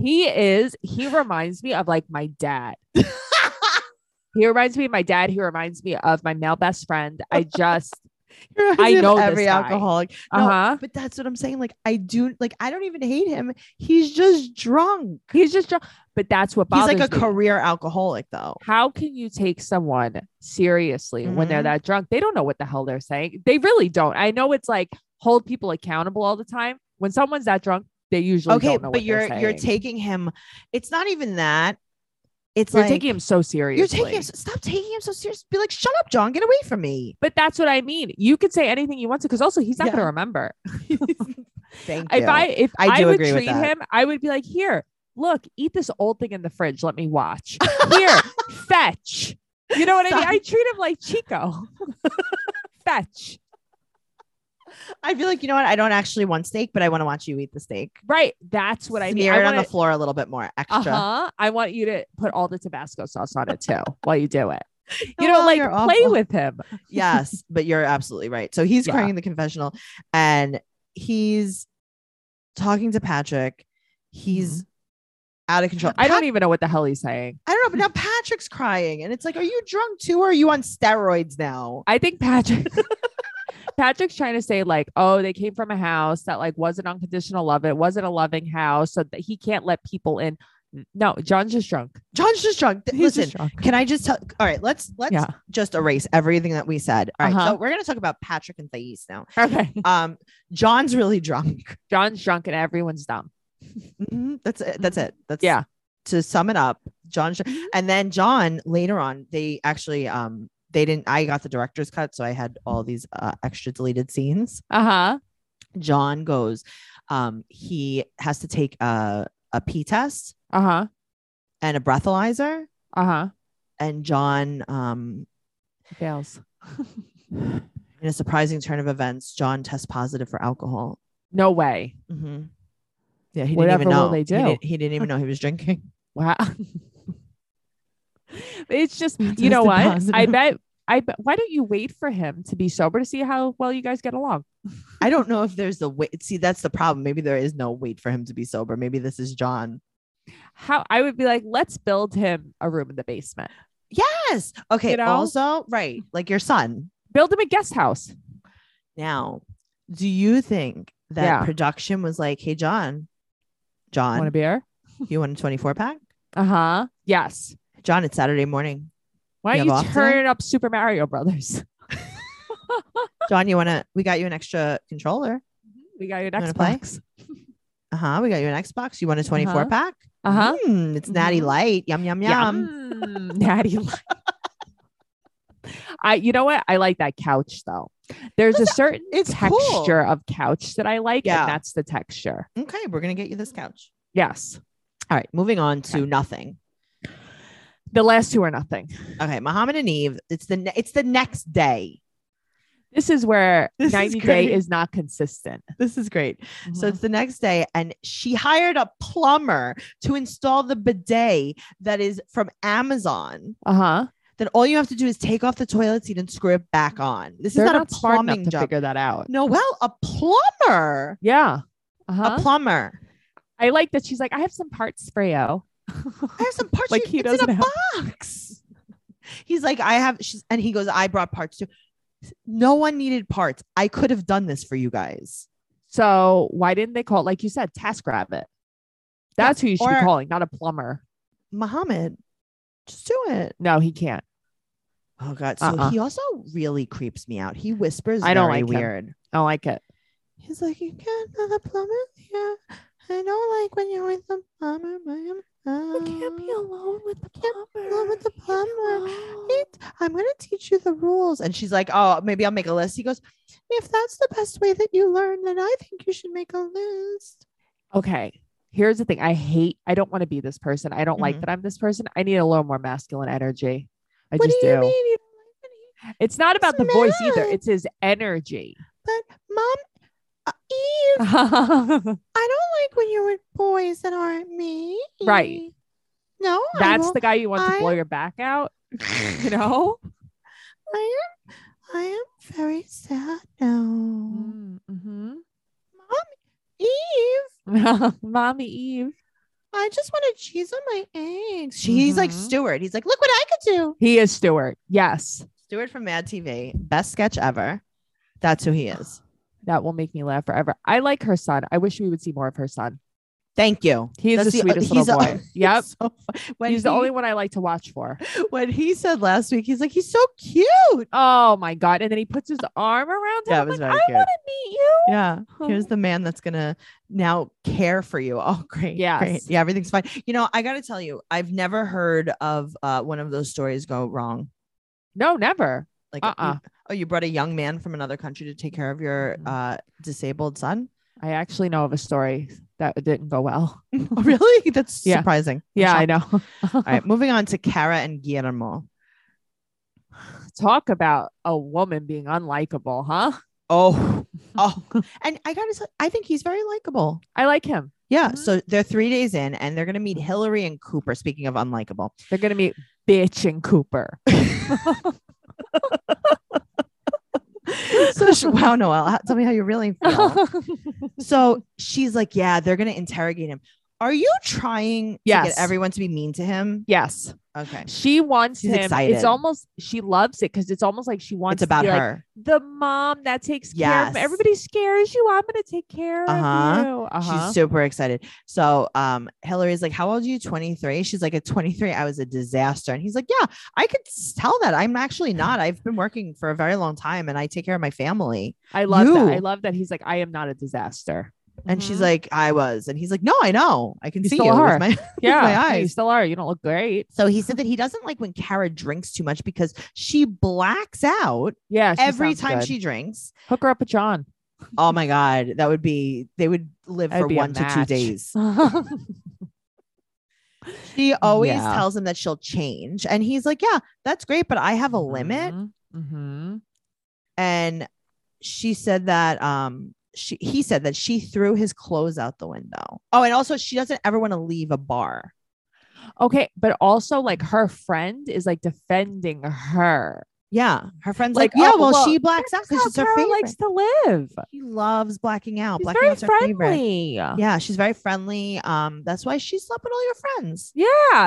[SPEAKER 3] he is, he reminds me of like my dad. He reminds me of my dad. He reminds me of my male best friend. I just,
[SPEAKER 2] Reminds
[SPEAKER 3] I
[SPEAKER 2] me of
[SPEAKER 3] know this
[SPEAKER 2] every
[SPEAKER 3] guy.
[SPEAKER 2] alcoholic. No,
[SPEAKER 3] uh huh.
[SPEAKER 2] But that's what I'm saying. Like, I do, like, I don't even hate him. He's just drunk.
[SPEAKER 3] He's just drunk. But that's what
[SPEAKER 2] He's
[SPEAKER 3] bothers
[SPEAKER 2] like a
[SPEAKER 3] me.
[SPEAKER 2] career alcoholic, though.
[SPEAKER 3] How can you take someone seriously when they're
[SPEAKER 2] Mhm.
[SPEAKER 3] that drunk? They don't know what the hell they're saying. They really don't. I know it's like hold people accountable all the time. When someone's that drunk, they usually
[SPEAKER 2] okay,
[SPEAKER 3] don't know
[SPEAKER 2] but
[SPEAKER 3] what they're
[SPEAKER 2] you're you're
[SPEAKER 3] saying.
[SPEAKER 2] taking him. It's not even that. It's
[SPEAKER 3] You're
[SPEAKER 2] like
[SPEAKER 3] taking him so
[SPEAKER 2] You're
[SPEAKER 3] seriously.
[SPEAKER 2] taking him. Stop taking him so serious. Be like, shut up, John. Get away from me.
[SPEAKER 3] But that's what I mean. You could say anything you want to because also he's not going to
[SPEAKER 2] Yeah.
[SPEAKER 3] remember.
[SPEAKER 2] Thank you.
[SPEAKER 3] If I if
[SPEAKER 2] I
[SPEAKER 3] I,
[SPEAKER 2] do
[SPEAKER 3] would
[SPEAKER 2] agree with
[SPEAKER 3] treat
[SPEAKER 2] that.
[SPEAKER 3] him, I would be like, here, look, eat this old thing in the fridge. Let me watch. Here, fetch. You know what I mean?
[SPEAKER 2] Stop.
[SPEAKER 3] I treat him like Chico. fetch.
[SPEAKER 2] I feel like you know what? I don't actually want steak, but I want to watch you eat the steak.
[SPEAKER 3] Right. That's what I mean.
[SPEAKER 2] Smear
[SPEAKER 3] I
[SPEAKER 2] it on
[SPEAKER 3] wanna-
[SPEAKER 2] the floor a little bit more extra.
[SPEAKER 3] uh-huh. I want you to put all the Tabasco sauce on it too while you do it. You
[SPEAKER 2] Oh,
[SPEAKER 3] know, like
[SPEAKER 2] you're
[SPEAKER 3] play
[SPEAKER 2] awful.
[SPEAKER 3] with him.
[SPEAKER 2] yes, but you're absolutely right. So he's
[SPEAKER 3] Yeah.
[SPEAKER 2] crying in the confessional, and he's talking to Patrick. He's out of control.
[SPEAKER 3] Mm-hmm. I
[SPEAKER 2] Pat-
[SPEAKER 3] don't e- even know what the hell he's saying.
[SPEAKER 2] I don't know, but now Patrick's crying, and it's like, are you drunk too, or are you on steroids now?
[SPEAKER 3] I think Patrick Patrick's trying to say like, oh, they came from a house that like wasn't unconditional love. It wasn't a loving house, so that he can't let people in. No, John's just drunk.
[SPEAKER 2] John's just drunk. Th-
[SPEAKER 3] He's
[SPEAKER 2] Listen,
[SPEAKER 3] just drunk.
[SPEAKER 2] can I just tell? All right, let's let's
[SPEAKER 3] Yeah.
[SPEAKER 2] just erase everything that we said. All right,
[SPEAKER 3] Uh-huh.
[SPEAKER 2] so we're gonna talk about Patrick and Thais now.
[SPEAKER 3] Okay.
[SPEAKER 2] Um, John's really drunk.
[SPEAKER 3] John's drunk and everyone's dumb.
[SPEAKER 2] Mhm, That's it. That's it. That's
[SPEAKER 3] Yeah.
[SPEAKER 2] To sum it up, John, Sh-
[SPEAKER 3] Mhm.
[SPEAKER 2] and then John later on, they actually um they didn't. I got the director's cut, so I had all these uh, extra deleted scenes.
[SPEAKER 3] Uh-huh.
[SPEAKER 2] John goes, um, he has to take a a pee test
[SPEAKER 3] Uh-huh.
[SPEAKER 2] and a breathalyzer,
[SPEAKER 3] Uh-huh.
[SPEAKER 2] and John um
[SPEAKER 3] Fails.
[SPEAKER 2] in a surprising turn of events, John tests positive for alcohol.
[SPEAKER 3] No way.
[SPEAKER 2] Mm-hmm. Yeah, he
[SPEAKER 3] Whatever
[SPEAKER 2] didn't even
[SPEAKER 3] will
[SPEAKER 2] know.
[SPEAKER 3] they
[SPEAKER 2] He
[SPEAKER 3] do?
[SPEAKER 2] didn't- he didn't even know he was drinking.
[SPEAKER 3] Wow. it's just
[SPEAKER 2] That's
[SPEAKER 3] you know
[SPEAKER 2] tested
[SPEAKER 3] what? I
[SPEAKER 2] positive.
[SPEAKER 3] bet I bet why don't you wait for him to be sober to see how well you guys get along?
[SPEAKER 2] I don't know if there's the wait. See, that's the problem. Maybe there is no wait for him to be sober. Maybe this is John.
[SPEAKER 3] How I would be like, let's build him a room in the basement.
[SPEAKER 2] Yes. Okay.
[SPEAKER 3] You know?
[SPEAKER 2] Also, right, like your son.
[SPEAKER 3] build him a guest house.
[SPEAKER 2] Now, do you think that
[SPEAKER 3] Yeah.
[SPEAKER 2] production was like, "Hey, John, John,
[SPEAKER 3] Want a beer?
[SPEAKER 2] you want a 24 pack?
[SPEAKER 3] Uh huh. Yes.
[SPEAKER 2] John, it's Saturday morning.
[SPEAKER 3] Why
[SPEAKER 2] You
[SPEAKER 3] don't you,
[SPEAKER 2] have off
[SPEAKER 3] turn
[SPEAKER 2] today?
[SPEAKER 3] up Super Mario Brothers?
[SPEAKER 2] John, you want to? We got you an extra controller.
[SPEAKER 3] we got your
[SPEAKER 2] wanna
[SPEAKER 3] next
[SPEAKER 2] play?
[SPEAKER 3] box.
[SPEAKER 2] Uh huh. We got you an Xbox. You want a 24
[SPEAKER 3] Uh-huh.
[SPEAKER 2] pack?
[SPEAKER 3] Uh huh.
[SPEAKER 2] Mm, it's natty
[SPEAKER 3] Mhm.
[SPEAKER 2] light. Yum yum
[SPEAKER 3] Yeah.
[SPEAKER 2] Mm-hmm. yum.
[SPEAKER 3] Mm, Natty. Light. I. You know what? I like that couch though. There's a certain
[SPEAKER 2] it's cool.
[SPEAKER 3] texture of couch that I like,
[SPEAKER 2] Yeah.
[SPEAKER 3] and that's the texture.
[SPEAKER 2] Okay, we're gonna get you this couch.
[SPEAKER 3] Yes.
[SPEAKER 2] All right, moving on to nothing.
[SPEAKER 3] The last two are nothing.
[SPEAKER 2] Okay, Muhammad and Eve. It's the ne- it's the next day.
[SPEAKER 3] This is where
[SPEAKER 2] This is
[SPEAKER 3] 90
[SPEAKER 2] great.
[SPEAKER 3] Day is not consistent.
[SPEAKER 2] This is great. So
[SPEAKER 3] Mhm.
[SPEAKER 2] it's the next day, and she hired a plumber to install the bidet that is from Amazon.
[SPEAKER 3] uh-huh.
[SPEAKER 2] Then all you have to do is take off the toilet seat and screw it back on. This
[SPEAKER 3] They're
[SPEAKER 2] is not,
[SPEAKER 3] not
[SPEAKER 2] a
[SPEAKER 3] smart enough
[SPEAKER 2] plumbing
[SPEAKER 3] to
[SPEAKER 2] job.
[SPEAKER 3] figure that out.
[SPEAKER 2] No, well, a plumber,
[SPEAKER 3] Yeah. Uh-huh.
[SPEAKER 2] a plumber.
[SPEAKER 3] I like that she's like, I have some parts for you.
[SPEAKER 2] I have some parts.
[SPEAKER 3] Like,
[SPEAKER 2] you-
[SPEAKER 3] he
[SPEAKER 2] it's in
[SPEAKER 3] doesn't
[SPEAKER 2] a
[SPEAKER 3] have-
[SPEAKER 2] box. He's like, I have. She's, and he goes, I brought parts too. No one needed parts. I could have done this for you guys.
[SPEAKER 3] So why didn't they call it, like you said, Task Rabbit? That's who you should
[SPEAKER 2] or-
[SPEAKER 3] be calling, not a plumber.
[SPEAKER 2] Muhammad, just do it.
[SPEAKER 3] No, he can't.
[SPEAKER 2] Oh God. So
[SPEAKER 3] Uh-uh.
[SPEAKER 2] he also really creeps me out. He whispers.
[SPEAKER 3] I don't
[SPEAKER 2] very
[SPEAKER 3] like him.
[SPEAKER 2] weird.
[SPEAKER 3] I don't like it.
[SPEAKER 2] He's like, you can't have a plumber here. I don't like when you're with the plumber. Ah. I
[SPEAKER 3] alone with the
[SPEAKER 2] alone with the plumber.
[SPEAKER 3] plumber.
[SPEAKER 2] It, I'm gonna teach you the rules. And she's like, Oh, maybe I'll make a list. He goes, If that's the best way that you learn, then I think you should make a list.
[SPEAKER 3] Okay. Here's the thing. I hate, I don't want to be this person. I don't
[SPEAKER 2] Mhm.
[SPEAKER 3] like that I'm this person. I need a little more masculine energy. I
[SPEAKER 2] what
[SPEAKER 3] just
[SPEAKER 2] do
[SPEAKER 3] do.
[SPEAKER 2] you mean? You don't like when he
[SPEAKER 3] It's not about the voice either. It's his energy.
[SPEAKER 2] But mom, uh, Eve,
[SPEAKER 3] That's
[SPEAKER 2] I don't like when you're with boys that aren't me.
[SPEAKER 3] Right.
[SPEAKER 2] No, I won't-
[SPEAKER 3] the guy you want to blow
[SPEAKER 2] I-
[SPEAKER 3] your back out. You know?
[SPEAKER 2] I am. I am very sad now.
[SPEAKER 3] Mm-hmm.
[SPEAKER 2] Mom, Eve,
[SPEAKER 3] Mommy Eve.
[SPEAKER 2] I just want to cheese on my eggs. She's like
[SPEAKER 3] Mhm.
[SPEAKER 2] Stewart. He's like, look what I could do.
[SPEAKER 3] He is Stewart. Yes.
[SPEAKER 2] Stewart from Mad TV, best sketch ever. That's who he is.
[SPEAKER 3] That will make me laugh forever. I like her son. I wish we would see more of her son.
[SPEAKER 2] Thank you.
[SPEAKER 3] He is
[SPEAKER 2] That's
[SPEAKER 3] the sweetest
[SPEAKER 2] he's
[SPEAKER 3] little
[SPEAKER 2] a-
[SPEAKER 3] boy. Yep.
[SPEAKER 2] he's so fu- when
[SPEAKER 3] He's the
[SPEAKER 2] he-
[SPEAKER 3] only one I like to watch for.
[SPEAKER 2] when he said last week, he's like, he's so cute.
[SPEAKER 3] Oh my God. And then he puts his arm around him.
[SPEAKER 2] Yeah, it
[SPEAKER 3] I'm
[SPEAKER 2] was
[SPEAKER 3] like,
[SPEAKER 2] very
[SPEAKER 3] I
[SPEAKER 2] cute.
[SPEAKER 3] want to meet you.
[SPEAKER 2] Yeah. Here's
[SPEAKER 3] Oh.
[SPEAKER 2] the man that's gonna now care for you. Oh, great.
[SPEAKER 3] Yes.
[SPEAKER 2] Great. Yeah, everything's fine. You know, I gotta tell you, I've never heard of uh, one of those stories go wrong.
[SPEAKER 3] No, never.
[SPEAKER 2] Like, you-
[SPEAKER 3] Uh-uh.
[SPEAKER 2] oh, you brought a young man from another country to take care of your
[SPEAKER 3] Mhm.
[SPEAKER 2] uh, disabled son.
[SPEAKER 3] I actually know of a story that didn't go well.
[SPEAKER 2] Oh, really? That's
[SPEAKER 3] Yeah.
[SPEAKER 2] surprising. I'm
[SPEAKER 3] Yeah, I
[SPEAKER 2] shocked.
[SPEAKER 3] know.
[SPEAKER 2] All right, moving on to Cara and Guillermo.
[SPEAKER 3] Talk about a woman being unlikable, huh?
[SPEAKER 2] Oh, oh, and I gotta say, I think he's very likable.
[SPEAKER 3] I like him.
[SPEAKER 2] Yeah.
[SPEAKER 3] Mhm.
[SPEAKER 2] So they're three days in, and they're gonna meet Hillary and Cooper. Speaking of unlikable,
[SPEAKER 3] They're gonna meet Bitch and Cooper.
[SPEAKER 2] so she- wow, Noel, tell me how you really feel. so she's like, yeah, they're gonna interrogate him. Are you trying to
[SPEAKER 3] Yes.
[SPEAKER 2] get everyone to be mean to him?
[SPEAKER 3] yes,
[SPEAKER 2] Okay,
[SPEAKER 3] she wants
[SPEAKER 2] She's
[SPEAKER 3] him.
[SPEAKER 2] excited.
[SPEAKER 3] It's almost she loves it because it's almost like she wants
[SPEAKER 2] it's about
[SPEAKER 3] to be like,
[SPEAKER 2] her.
[SPEAKER 3] the mom that takes care
[SPEAKER 2] Yes.
[SPEAKER 3] of everybody scares you. I'm gonna take care
[SPEAKER 2] Uh-huh.
[SPEAKER 3] of you. Uh-huh.
[SPEAKER 2] She's super excited. So um Hillary's like, How old are you? 23. She's like, At 23, I was a disaster. And he's like, Yeah, I could s- tell that. I'm actually not. I've been working for a very long time and I take care of my family.
[SPEAKER 3] I love that. I
[SPEAKER 2] You.
[SPEAKER 3] love that he's like, I am not a disaster.
[SPEAKER 2] And she's
[SPEAKER 3] Mhm.
[SPEAKER 2] like, I was. And he's like, No, I know. I can
[SPEAKER 3] You
[SPEAKER 2] see
[SPEAKER 3] still
[SPEAKER 2] you. with
[SPEAKER 3] are.
[SPEAKER 2] my-"
[SPEAKER 3] yeah,
[SPEAKER 2] my
[SPEAKER 3] no, you
[SPEAKER 2] eyes.
[SPEAKER 3] still are. You don't look great.
[SPEAKER 2] so he said that he doesn't like when Kara drinks too much because she blacks out
[SPEAKER 3] Yeah, she
[SPEAKER 2] every
[SPEAKER 3] sounds
[SPEAKER 2] time
[SPEAKER 3] good.
[SPEAKER 2] she drinks.
[SPEAKER 3] hook her up with John.
[SPEAKER 2] Oh my God. That would be, they would live
[SPEAKER 3] That'd
[SPEAKER 2] for
[SPEAKER 3] be a
[SPEAKER 2] one to two
[SPEAKER 3] match.
[SPEAKER 2] days.
[SPEAKER 3] oh
[SPEAKER 2] She always
[SPEAKER 3] Yeah.
[SPEAKER 2] tells him that she'll change. And he's like, Yeah, that's great, but I have a limit.
[SPEAKER 3] Mm-hmm.
[SPEAKER 2] and she said that um she he said that she threw his clothes out the window. Oh, and also she doesn't ever want to leave a bar.
[SPEAKER 3] Okay, but also like her friend is like defending her.
[SPEAKER 2] Yeah, her friend's like,
[SPEAKER 3] Like,
[SPEAKER 2] yeah,
[SPEAKER 3] oh,
[SPEAKER 2] well,
[SPEAKER 3] well,
[SPEAKER 2] she blacks out because
[SPEAKER 3] how
[SPEAKER 2] it's her
[SPEAKER 3] Cara
[SPEAKER 2] favorite.
[SPEAKER 3] likes to live.
[SPEAKER 2] she loves blacking out.
[SPEAKER 3] She's
[SPEAKER 2] blacking
[SPEAKER 3] very
[SPEAKER 2] out's her favorite.
[SPEAKER 3] friendly. Yeah.
[SPEAKER 2] Yeah, she's very friendly. Um, that's why she slept with all your friends.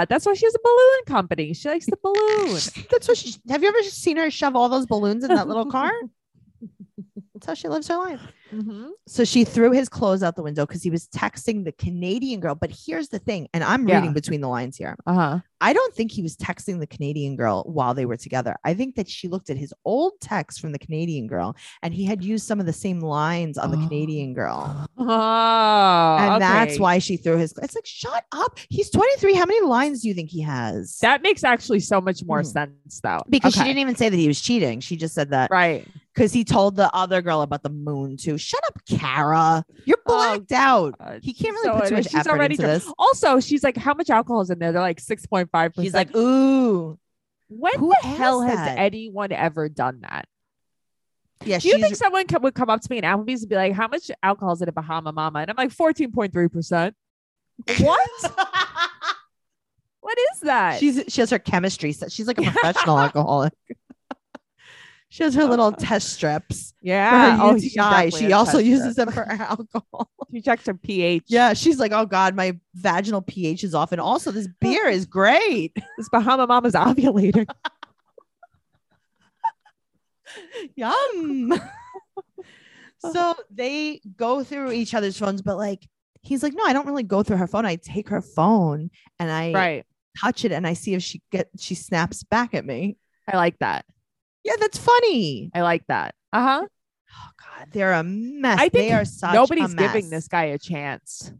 [SPEAKER 3] that's why she has a balloon company. She likes the balloon.
[SPEAKER 2] That's what she. Have you ever seen her shove all those balloons in that little car? That's how she lives her life.
[SPEAKER 3] Mhm.
[SPEAKER 2] so she threw his clothes out the window because he was texting the Canadian girl. But here's the thing, and I'm
[SPEAKER 3] Yeah.
[SPEAKER 2] reading between the lines here.
[SPEAKER 3] Uh-huh.
[SPEAKER 2] I don't think he was texting the Canadian girl while they were together. I think that she looked at his old text from the Canadian girl and he had used some of the same lines on the
[SPEAKER 3] Oh.
[SPEAKER 2] Canadian girl.
[SPEAKER 3] Oh,
[SPEAKER 2] And that's
[SPEAKER 3] okay.
[SPEAKER 2] why she threw his. It's like, shut up. He's 23. How many lines do you think he has?
[SPEAKER 3] that makes actually so much more
[SPEAKER 2] Mhm.
[SPEAKER 3] sense though.
[SPEAKER 2] because she
[SPEAKER 3] Okay.
[SPEAKER 2] didn't even say that he was cheating. She just said that
[SPEAKER 3] right.
[SPEAKER 2] because he told the other girl about the moon too. Shut up, Kara. You're
[SPEAKER 3] Oh,
[SPEAKER 2] blacked out.
[SPEAKER 3] Uh,
[SPEAKER 2] He can't really
[SPEAKER 3] so
[SPEAKER 2] put too
[SPEAKER 3] it
[SPEAKER 2] much
[SPEAKER 3] is-
[SPEAKER 2] effort into
[SPEAKER 3] drunk.
[SPEAKER 2] this.
[SPEAKER 3] Also, she's like, how much alcohol is in there? They're like 6.5%.
[SPEAKER 2] He's like, ooh,
[SPEAKER 3] when
[SPEAKER 2] who
[SPEAKER 3] the hell
[SPEAKER 2] asked
[SPEAKER 3] has
[SPEAKER 2] that?
[SPEAKER 3] anyone ever done that?
[SPEAKER 2] yeah.
[SPEAKER 3] Do you think
[SPEAKER 2] she's-
[SPEAKER 3] someone co- would come up to me in Applebee's and be like, how much alcohol is in a Bahama Mama? And I'm like, 14.3%. What? what is that?
[SPEAKER 2] she's she has her chemistry. set. She's like a professional alcoholic. she has her little test strips. for
[SPEAKER 3] yeah.
[SPEAKER 2] her
[SPEAKER 3] she
[SPEAKER 2] UTI.
[SPEAKER 3] definitely
[SPEAKER 2] Uh-huh. Ah, oh, She
[SPEAKER 3] has
[SPEAKER 2] also
[SPEAKER 3] tested.
[SPEAKER 2] uses them for her alcohol.
[SPEAKER 3] She checks her pH.
[SPEAKER 2] Yeah, she's like, oh god, my vaginal pH is off, and also this beer is great.
[SPEAKER 3] This Bahama Mama's ovulating.
[SPEAKER 2] Yum. so they go through each other's phones, but like he's like, no, I don't really go through her phone. I take her phone and I
[SPEAKER 3] right.
[SPEAKER 2] touch it and I see if she get she snaps back at me.
[SPEAKER 3] I like that.
[SPEAKER 2] Yeah, that's funny.
[SPEAKER 3] I like that. Uh huh.
[SPEAKER 2] Oh God, they're a mess.
[SPEAKER 3] I
[SPEAKER 2] they
[SPEAKER 3] think
[SPEAKER 2] are such
[SPEAKER 3] Nobody's
[SPEAKER 2] a mess.
[SPEAKER 3] giving this guy a chance.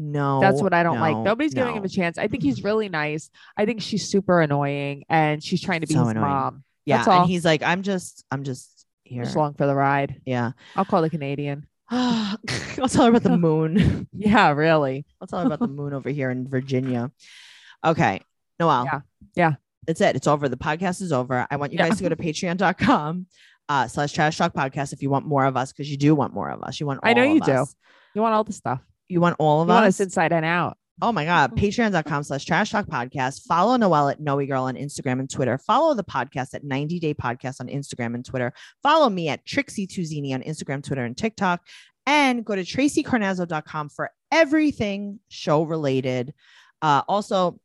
[SPEAKER 2] No,
[SPEAKER 3] That's what I don't like.
[SPEAKER 2] no,
[SPEAKER 3] Nobody's giving him
[SPEAKER 2] no.
[SPEAKER 3] a chance. I think he's really nice. I think she's super annoying and she's trying to be
[SPEAKER 2] So
[SPEAKER 3] his
[SPEAKER 2] annoying.
[SPEAKER 3] mom.
[SPEAKER 2] Yeah,
[SPEAKER 3] That's all.
[SPEAKER 2] and he's like, I'm just, I'm just here.
[SPEAKER 3] Just along for the ride.
[SPEAKER 2] Yeah,
[SPEAKER 3] I'll call the Canadian.
[SPEAKER 2] I'll tell her about the moon.
[SPEAKER 3] Yeah, really.
[SPEAKER 2] I'll tell her about the moon over here in Virginia. Okay, Noel.
[SPEAKER 3] Yeah, yeah.
[SPEAKER 2] That's it. It's over. The podcast is over. I want you
[SPEAKER 3] Yeah.
[SPEAKER 2] guys to go to patreon.com uh, slash trash talk podcast if you want more of us, because you do want more of us. You want all
[SPEAKER 3] I know you
[SPEAKER 2] of
[SPEAKER 3] do.
[SPEAKER 2] us.
[SPEAKER 3] You want all the stuff.
[SPEAKER 2] You want all
[SPEAKER 3] You
[SPEAKER 2] of
[SPEAKER 3] want
[SPEAKER 2] us.
[SPEAKER 3] us inside and out.
[SPEAKER 2] Oh my God. Patreon.com slash trash talk podcast. Follow Noelle at Noe Girl on Instagram and Twitter. Follow the podcast at 90 Day Podcast on Instagram and Twitter. Follow me at Trixie Tuzini on Instagram, Twitter, and TikTok. And go to TracyCarnazzo.com for everything show related. Uh, also,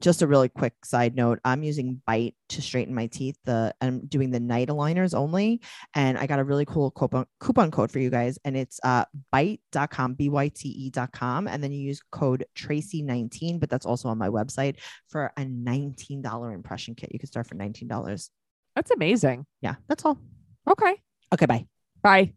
[SPEAKER 2] just a really quick side note I'm using Bite to straighten my teeth. The I'm doing the night aligners only. And I got a really cool coupon, coupon code for you guys. And it's uh, byte.com, B-Y-T-E.com. E And then you use code Tracy19, but that's also on my website for a $19 impression kit. You can start for $19.
[SPEAKER 3] That's amazing.
[SPEAKER 2] Yeah, that's all.
[SPEAKER 3] Okay.
[SPEAKER 2] Okay, bye.
[SPEAKER 3] Bye.